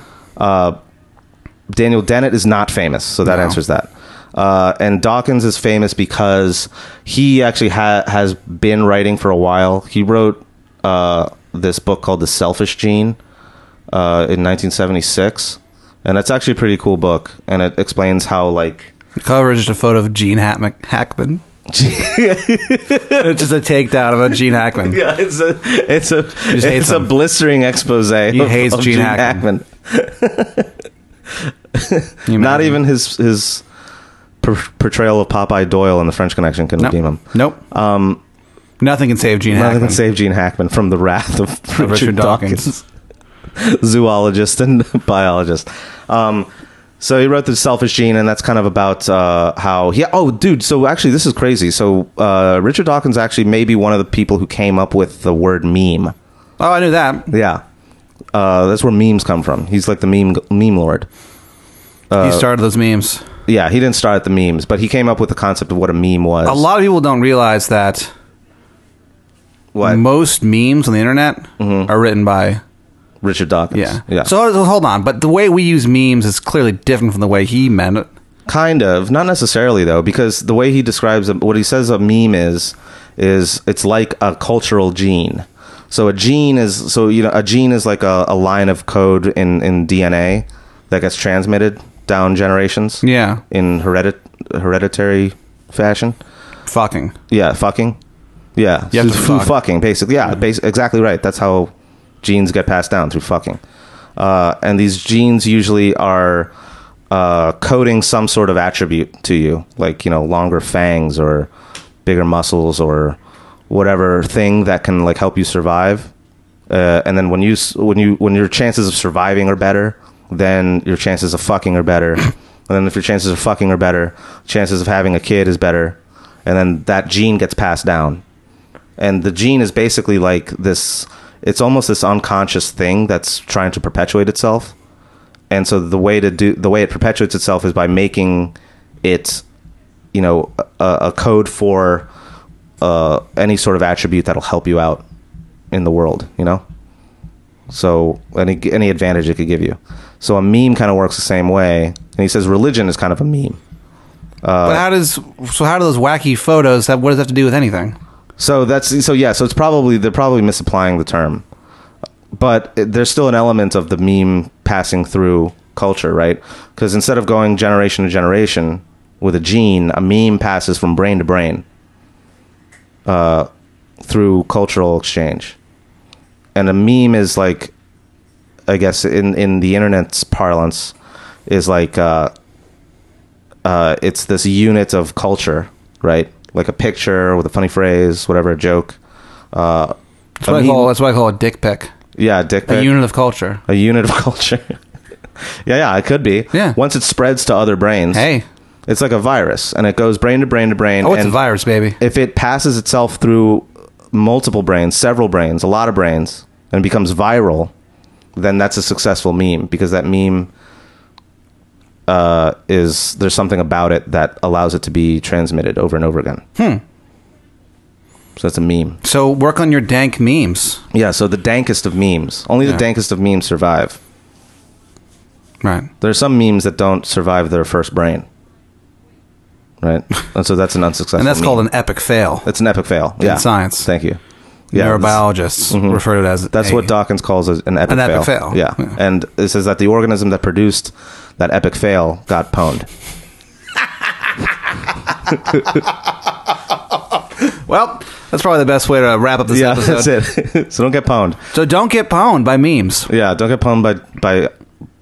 B: Daniel Dennett is not famous, so that
C: No.
B: answers that. Uh, and Dawkins is famous because he actually ha- has been writing for a while. He wrote uh, this book called The Selfish Gene uh, in 1976, and that's actually a pretty cool book, and it explains how like
C: The cover is just a photo of Gene Hackman. Hackman. it's just a takedown of a Gene Hackman.
B: yeah, it's a it's a
C: just hate
B: it's a
C: him.
B: blistering expose.
C: He hates Gene Hackman. You
B: Not
C: imagine?
B: even his his per- portrayal of Popeye Doyle in The French Connection can
C: Nope.
B: redeem him.
C: Nope. Um, nothing can save Gene
B: Nothing
C: Hackman.
B: can save Gene Hackman from the wrath of Richard,
C: Richard
B: Dawkins,
C: Dawkins.
B: zoologist and biologist. Um, so he wrote the Selfish Gene, and that's kind of about uh, how he. Oh, dude! So actually, this is crazy. So uh, Richard Dawkins actually may be one of the people who came up with the word meme.
C: Oh, I knew that.
B: Yeah, uh, that's where memes come from. He's like the meme meme lord.
C: he started those memes.
B: Yeah, he didn't start at the memes, but he came up with the concept of what a meme was.
C: A lot of people don't realize that
B: What
C: most memes on the internet are written by.
B: Richard Dawkins?
C: Yeah.
B: yeah.
C: So hold- hold on, but the way we use memes is clearly different from the way he meant it.
B: Kind of, not necessarily though, because the way he describes it, what he says a meme is, is it's like a cultural gene. So a gene is so you know a gene is like a, a line of code in in DNA that gets transmitted down generations.
C: Yeah.
B: in heredit hereditary fashion.
C: Fucking.
B: Yeah, fucking. Yeah,
C: You have to
B: through
C: fuck.
B: fucking basically. Yeah, basi- exactly right. That's how genes get passed down through fucking. Uh, and these genes usually are uh, coding some sort of attribute to you, like you know, longer fangs or bigger muscles or whatever thing that can like help you survive. Uh, and then when you s- when you when your chances of surviving are better, then your chances of fucking are better. and then if your chances of fucking are better, chances of having a kid is better. And then that gene gets passed down and the gene is basically like this it's almost this unconscious thing that's trying to perpetuate itself and so the way to do the way it perpetuates itself is by making it you know a, a code for uh, any sort of attribute that'll help you out in the world you know so any any advantage it could give you so a meme kind of works the same way and he says religion is kind of a meme Uh,
C: but how does so? How do those wacky photos have? What does that have to do with anything?
B: So that's so yeah. So it's probably they're probably misapplying the term, but it- there's still an element of the meme passing through culture, right? Because instead of going generation to generation with a gene, a meme passes from brain to brain uh, through cultural exchange, and a meme is like, I guess in in the internet's parlance, is like. Uh, uh, it's this unit of culture, right? Like a picture with a funny phrase, whatever, a joke. Uh,
C: That's what I,
B: meme-
C: call that's what I call a dick pic,
B: yeah, a dick
C: a
B: pic.
C: unit of culture.
B: a unit of culture. yeah, yeah, it could be.
C: Yeah.
B: Once it spreads to other brains,
C: Hey,
B: it's like a virus, and it goes brain to brain to brain.
C: oh, it's
B: and
C: a virus, baby.
B: If it passes itself through multiple brains, several brains, a lot of brains, and becomes viral, then that's a successful meme because that meme uh, is there's something about it that allows it to be transmitted over and over again. Hmm. So that's a meme.
C: So work on your dank memes,
B: Yeah. So the dankest of memes. Only the
C: Yeah.
B: dankest of memes survive.
C: right?
B: There are some memes that don't survive their first brain. Right. And so that's an unsuccessful.
C: And that's
B: meme.
C: called an epic fail.
B: It's an epic fail.
C: In
B: yeah.
C: science.
B: Thank you. that's- mm-hmm.
C: Neurobiologists refer to it as
B: That's
C: a-
B: what Dawkins calls a- an epic
C: An epic fail.
B: Yeah.
C: Yeah.
B: And it says that the organism that produced that epic fail got pwned.
C: Well, that's probably the best way to wrap up this
B: yeah,
C: episode.
B: that's it. so don't get pwned.
C: So don't get pwned by memes.
B: Yeah, don't get pwned by by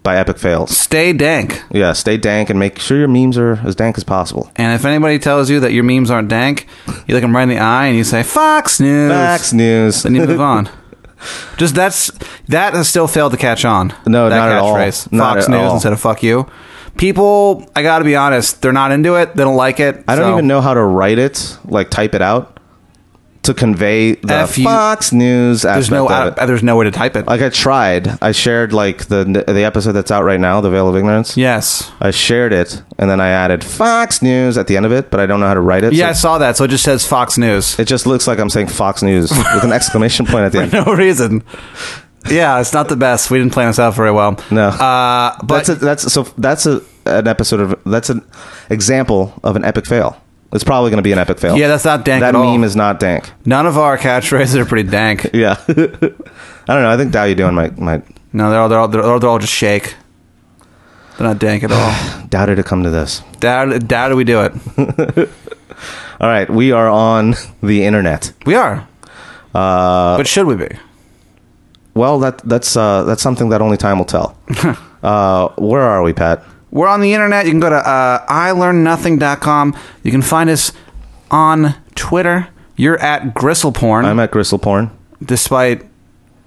B: by epic fails.
C: Stay dank.
B: Yeah, stay dank and make sure your memes are as dank as possible.
C: And if anybody tells you that your memes aren't dank, you look them right in the eye and you say Fox News.
B: Facts news.
C: Then you move on. Just that's that has still failed to catch on.
B: No,
C: that
B: not at all.
C: catchphrase.
B: Not
C: Fox
B: at
C: News
B: all.
C: instead of fuck you. People, I got to be honest, they're not into it. They don't like it.
B: I don't
C: so-
B: even know how to write it, like type it out to convey the
C: F you-
B: Fox News
C: There's
B: aspect
C: no
B: of it.
C: uh, there's no way to type it.
B: like I tried. I shared like the the episode that's out right now, The Veil of Ignorance.
C: yes.
B: I shared it, and then I added Fox News at the end of it, but I don't know how to write it. so
C: Yeah, I saw that. So it just says Fox News.
B: it just looks like I'm saying Fox News with an exclamation point at the end.
C: no reason. Yeah, it's not the best. We didn't plan this out very well.
B: No.
C: Uh, but
B: that's a, that's so that's a an episode of that's an example of an epic fail. It's probably going to be an epic fail.
C: Yeah, that's not dank
B: That
C: at all.
B: meme is not dank.
C: none of our catchphrases are pretty dank.
B: Yeah, I don't know. I think Dow you doing my my
C: No, they're all they're all, they're all, they're all just shake. They're not dank at all.
B: doubted to come to this.
C: Dad, dad, we do it.
B: All right, we are on the internet.
C: We are. Uh, but should we be?
B: Well, that that's uh, that's something that only time will tell. uh, where are we, Pat?
C: We're on the internet. You can go to uh, ilearnnothing.com. You can find us on Twitter. You're at gristleporn,
B: I'm at Gristle Porn.
C: despite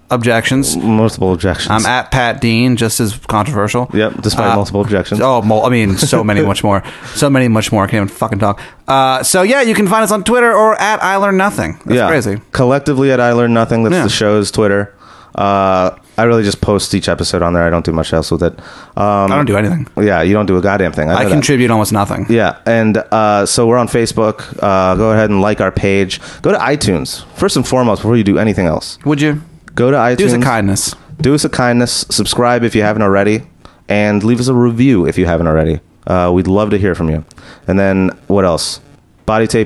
C: objections.
B: Multiple objections.
C: I'm at Pat Dean, just as controversial.
B: Yep, despite multiple objections.
C: Oh, mul- I mean, so many, much more. So many, much more. I can't even fucking talk. Uh, so yeah, you can find us on Twitter or at I Learn Nothing. That's crazy.
B: Collectively at I Learn Nothing. That's
C: Yeah.
B: the show's Twitter. Uh, I really just post each episode on there. I don't do much else with it. Um,
C: I don't do anything.
B: yeah, you don't do a goddamn thing. I,
C: I
B: know that.
C: contribute almost nothing.
B: Yeah, and uh, so we're on Facebook. Uh, go ahead and like our page. Go to iTunes first and foremost before you do anything else.
C: Would you
B: Go to iTunes.
C: do us a kindness?
B: do us a kindness subscribe if you haven't already and leave us a review if you haven't already uh, we'd love to hear from you and then what else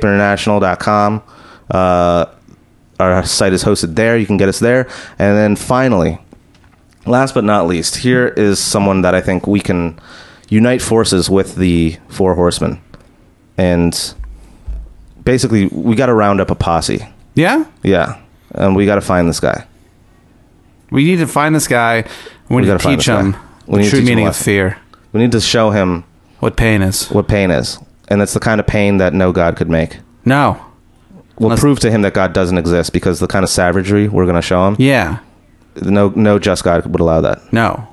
B: bodytapeinternational.com uh, our site is hosted there you can get us there and then finally last but not least here is someone that i think we can unite forces with the four horsemen and basically we got to round up a posse
C: Yeah.
B: yeah and we got to find this guy
C: We need to find this guy. We need to
B: gotta find
C: teach
B: this
C: him
B: guy. We need to
C: the
B: teach
C: true
B: him
C: meaning
B: a
C: of
B: lesson.
C: fear.
B: we need to show him
C: What pain is?
B: what pain is. And that's the kind of pain that no God could make.
C: No.
B: We'll
C: Unless-
B: prove to him that God doesn't exist because the kind of savagery we're going to show him,
C: Yeah.
B: no, no just God would allow that.
C: No.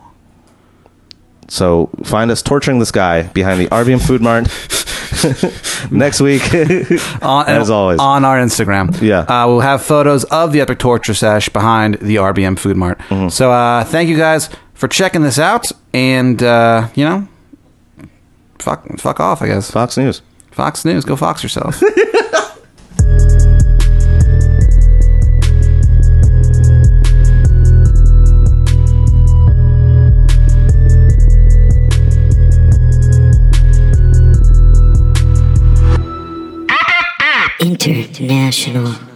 B: So find us torturing this guy behind the RBM Food Mart next week.
C: on,
B: As always.
C: Uh, on our Instagram.
B: Yeah.
C: uh, we'll
B: Mm-hmm.
C: have photos of the epic torture sesh behind the RBM Food Mart. So uh, thank you guys for checking this out. And uh, you know, fuck, fuck off. I guess
B: Fox News.
C: Fox News, go Fox yourself.
A: International.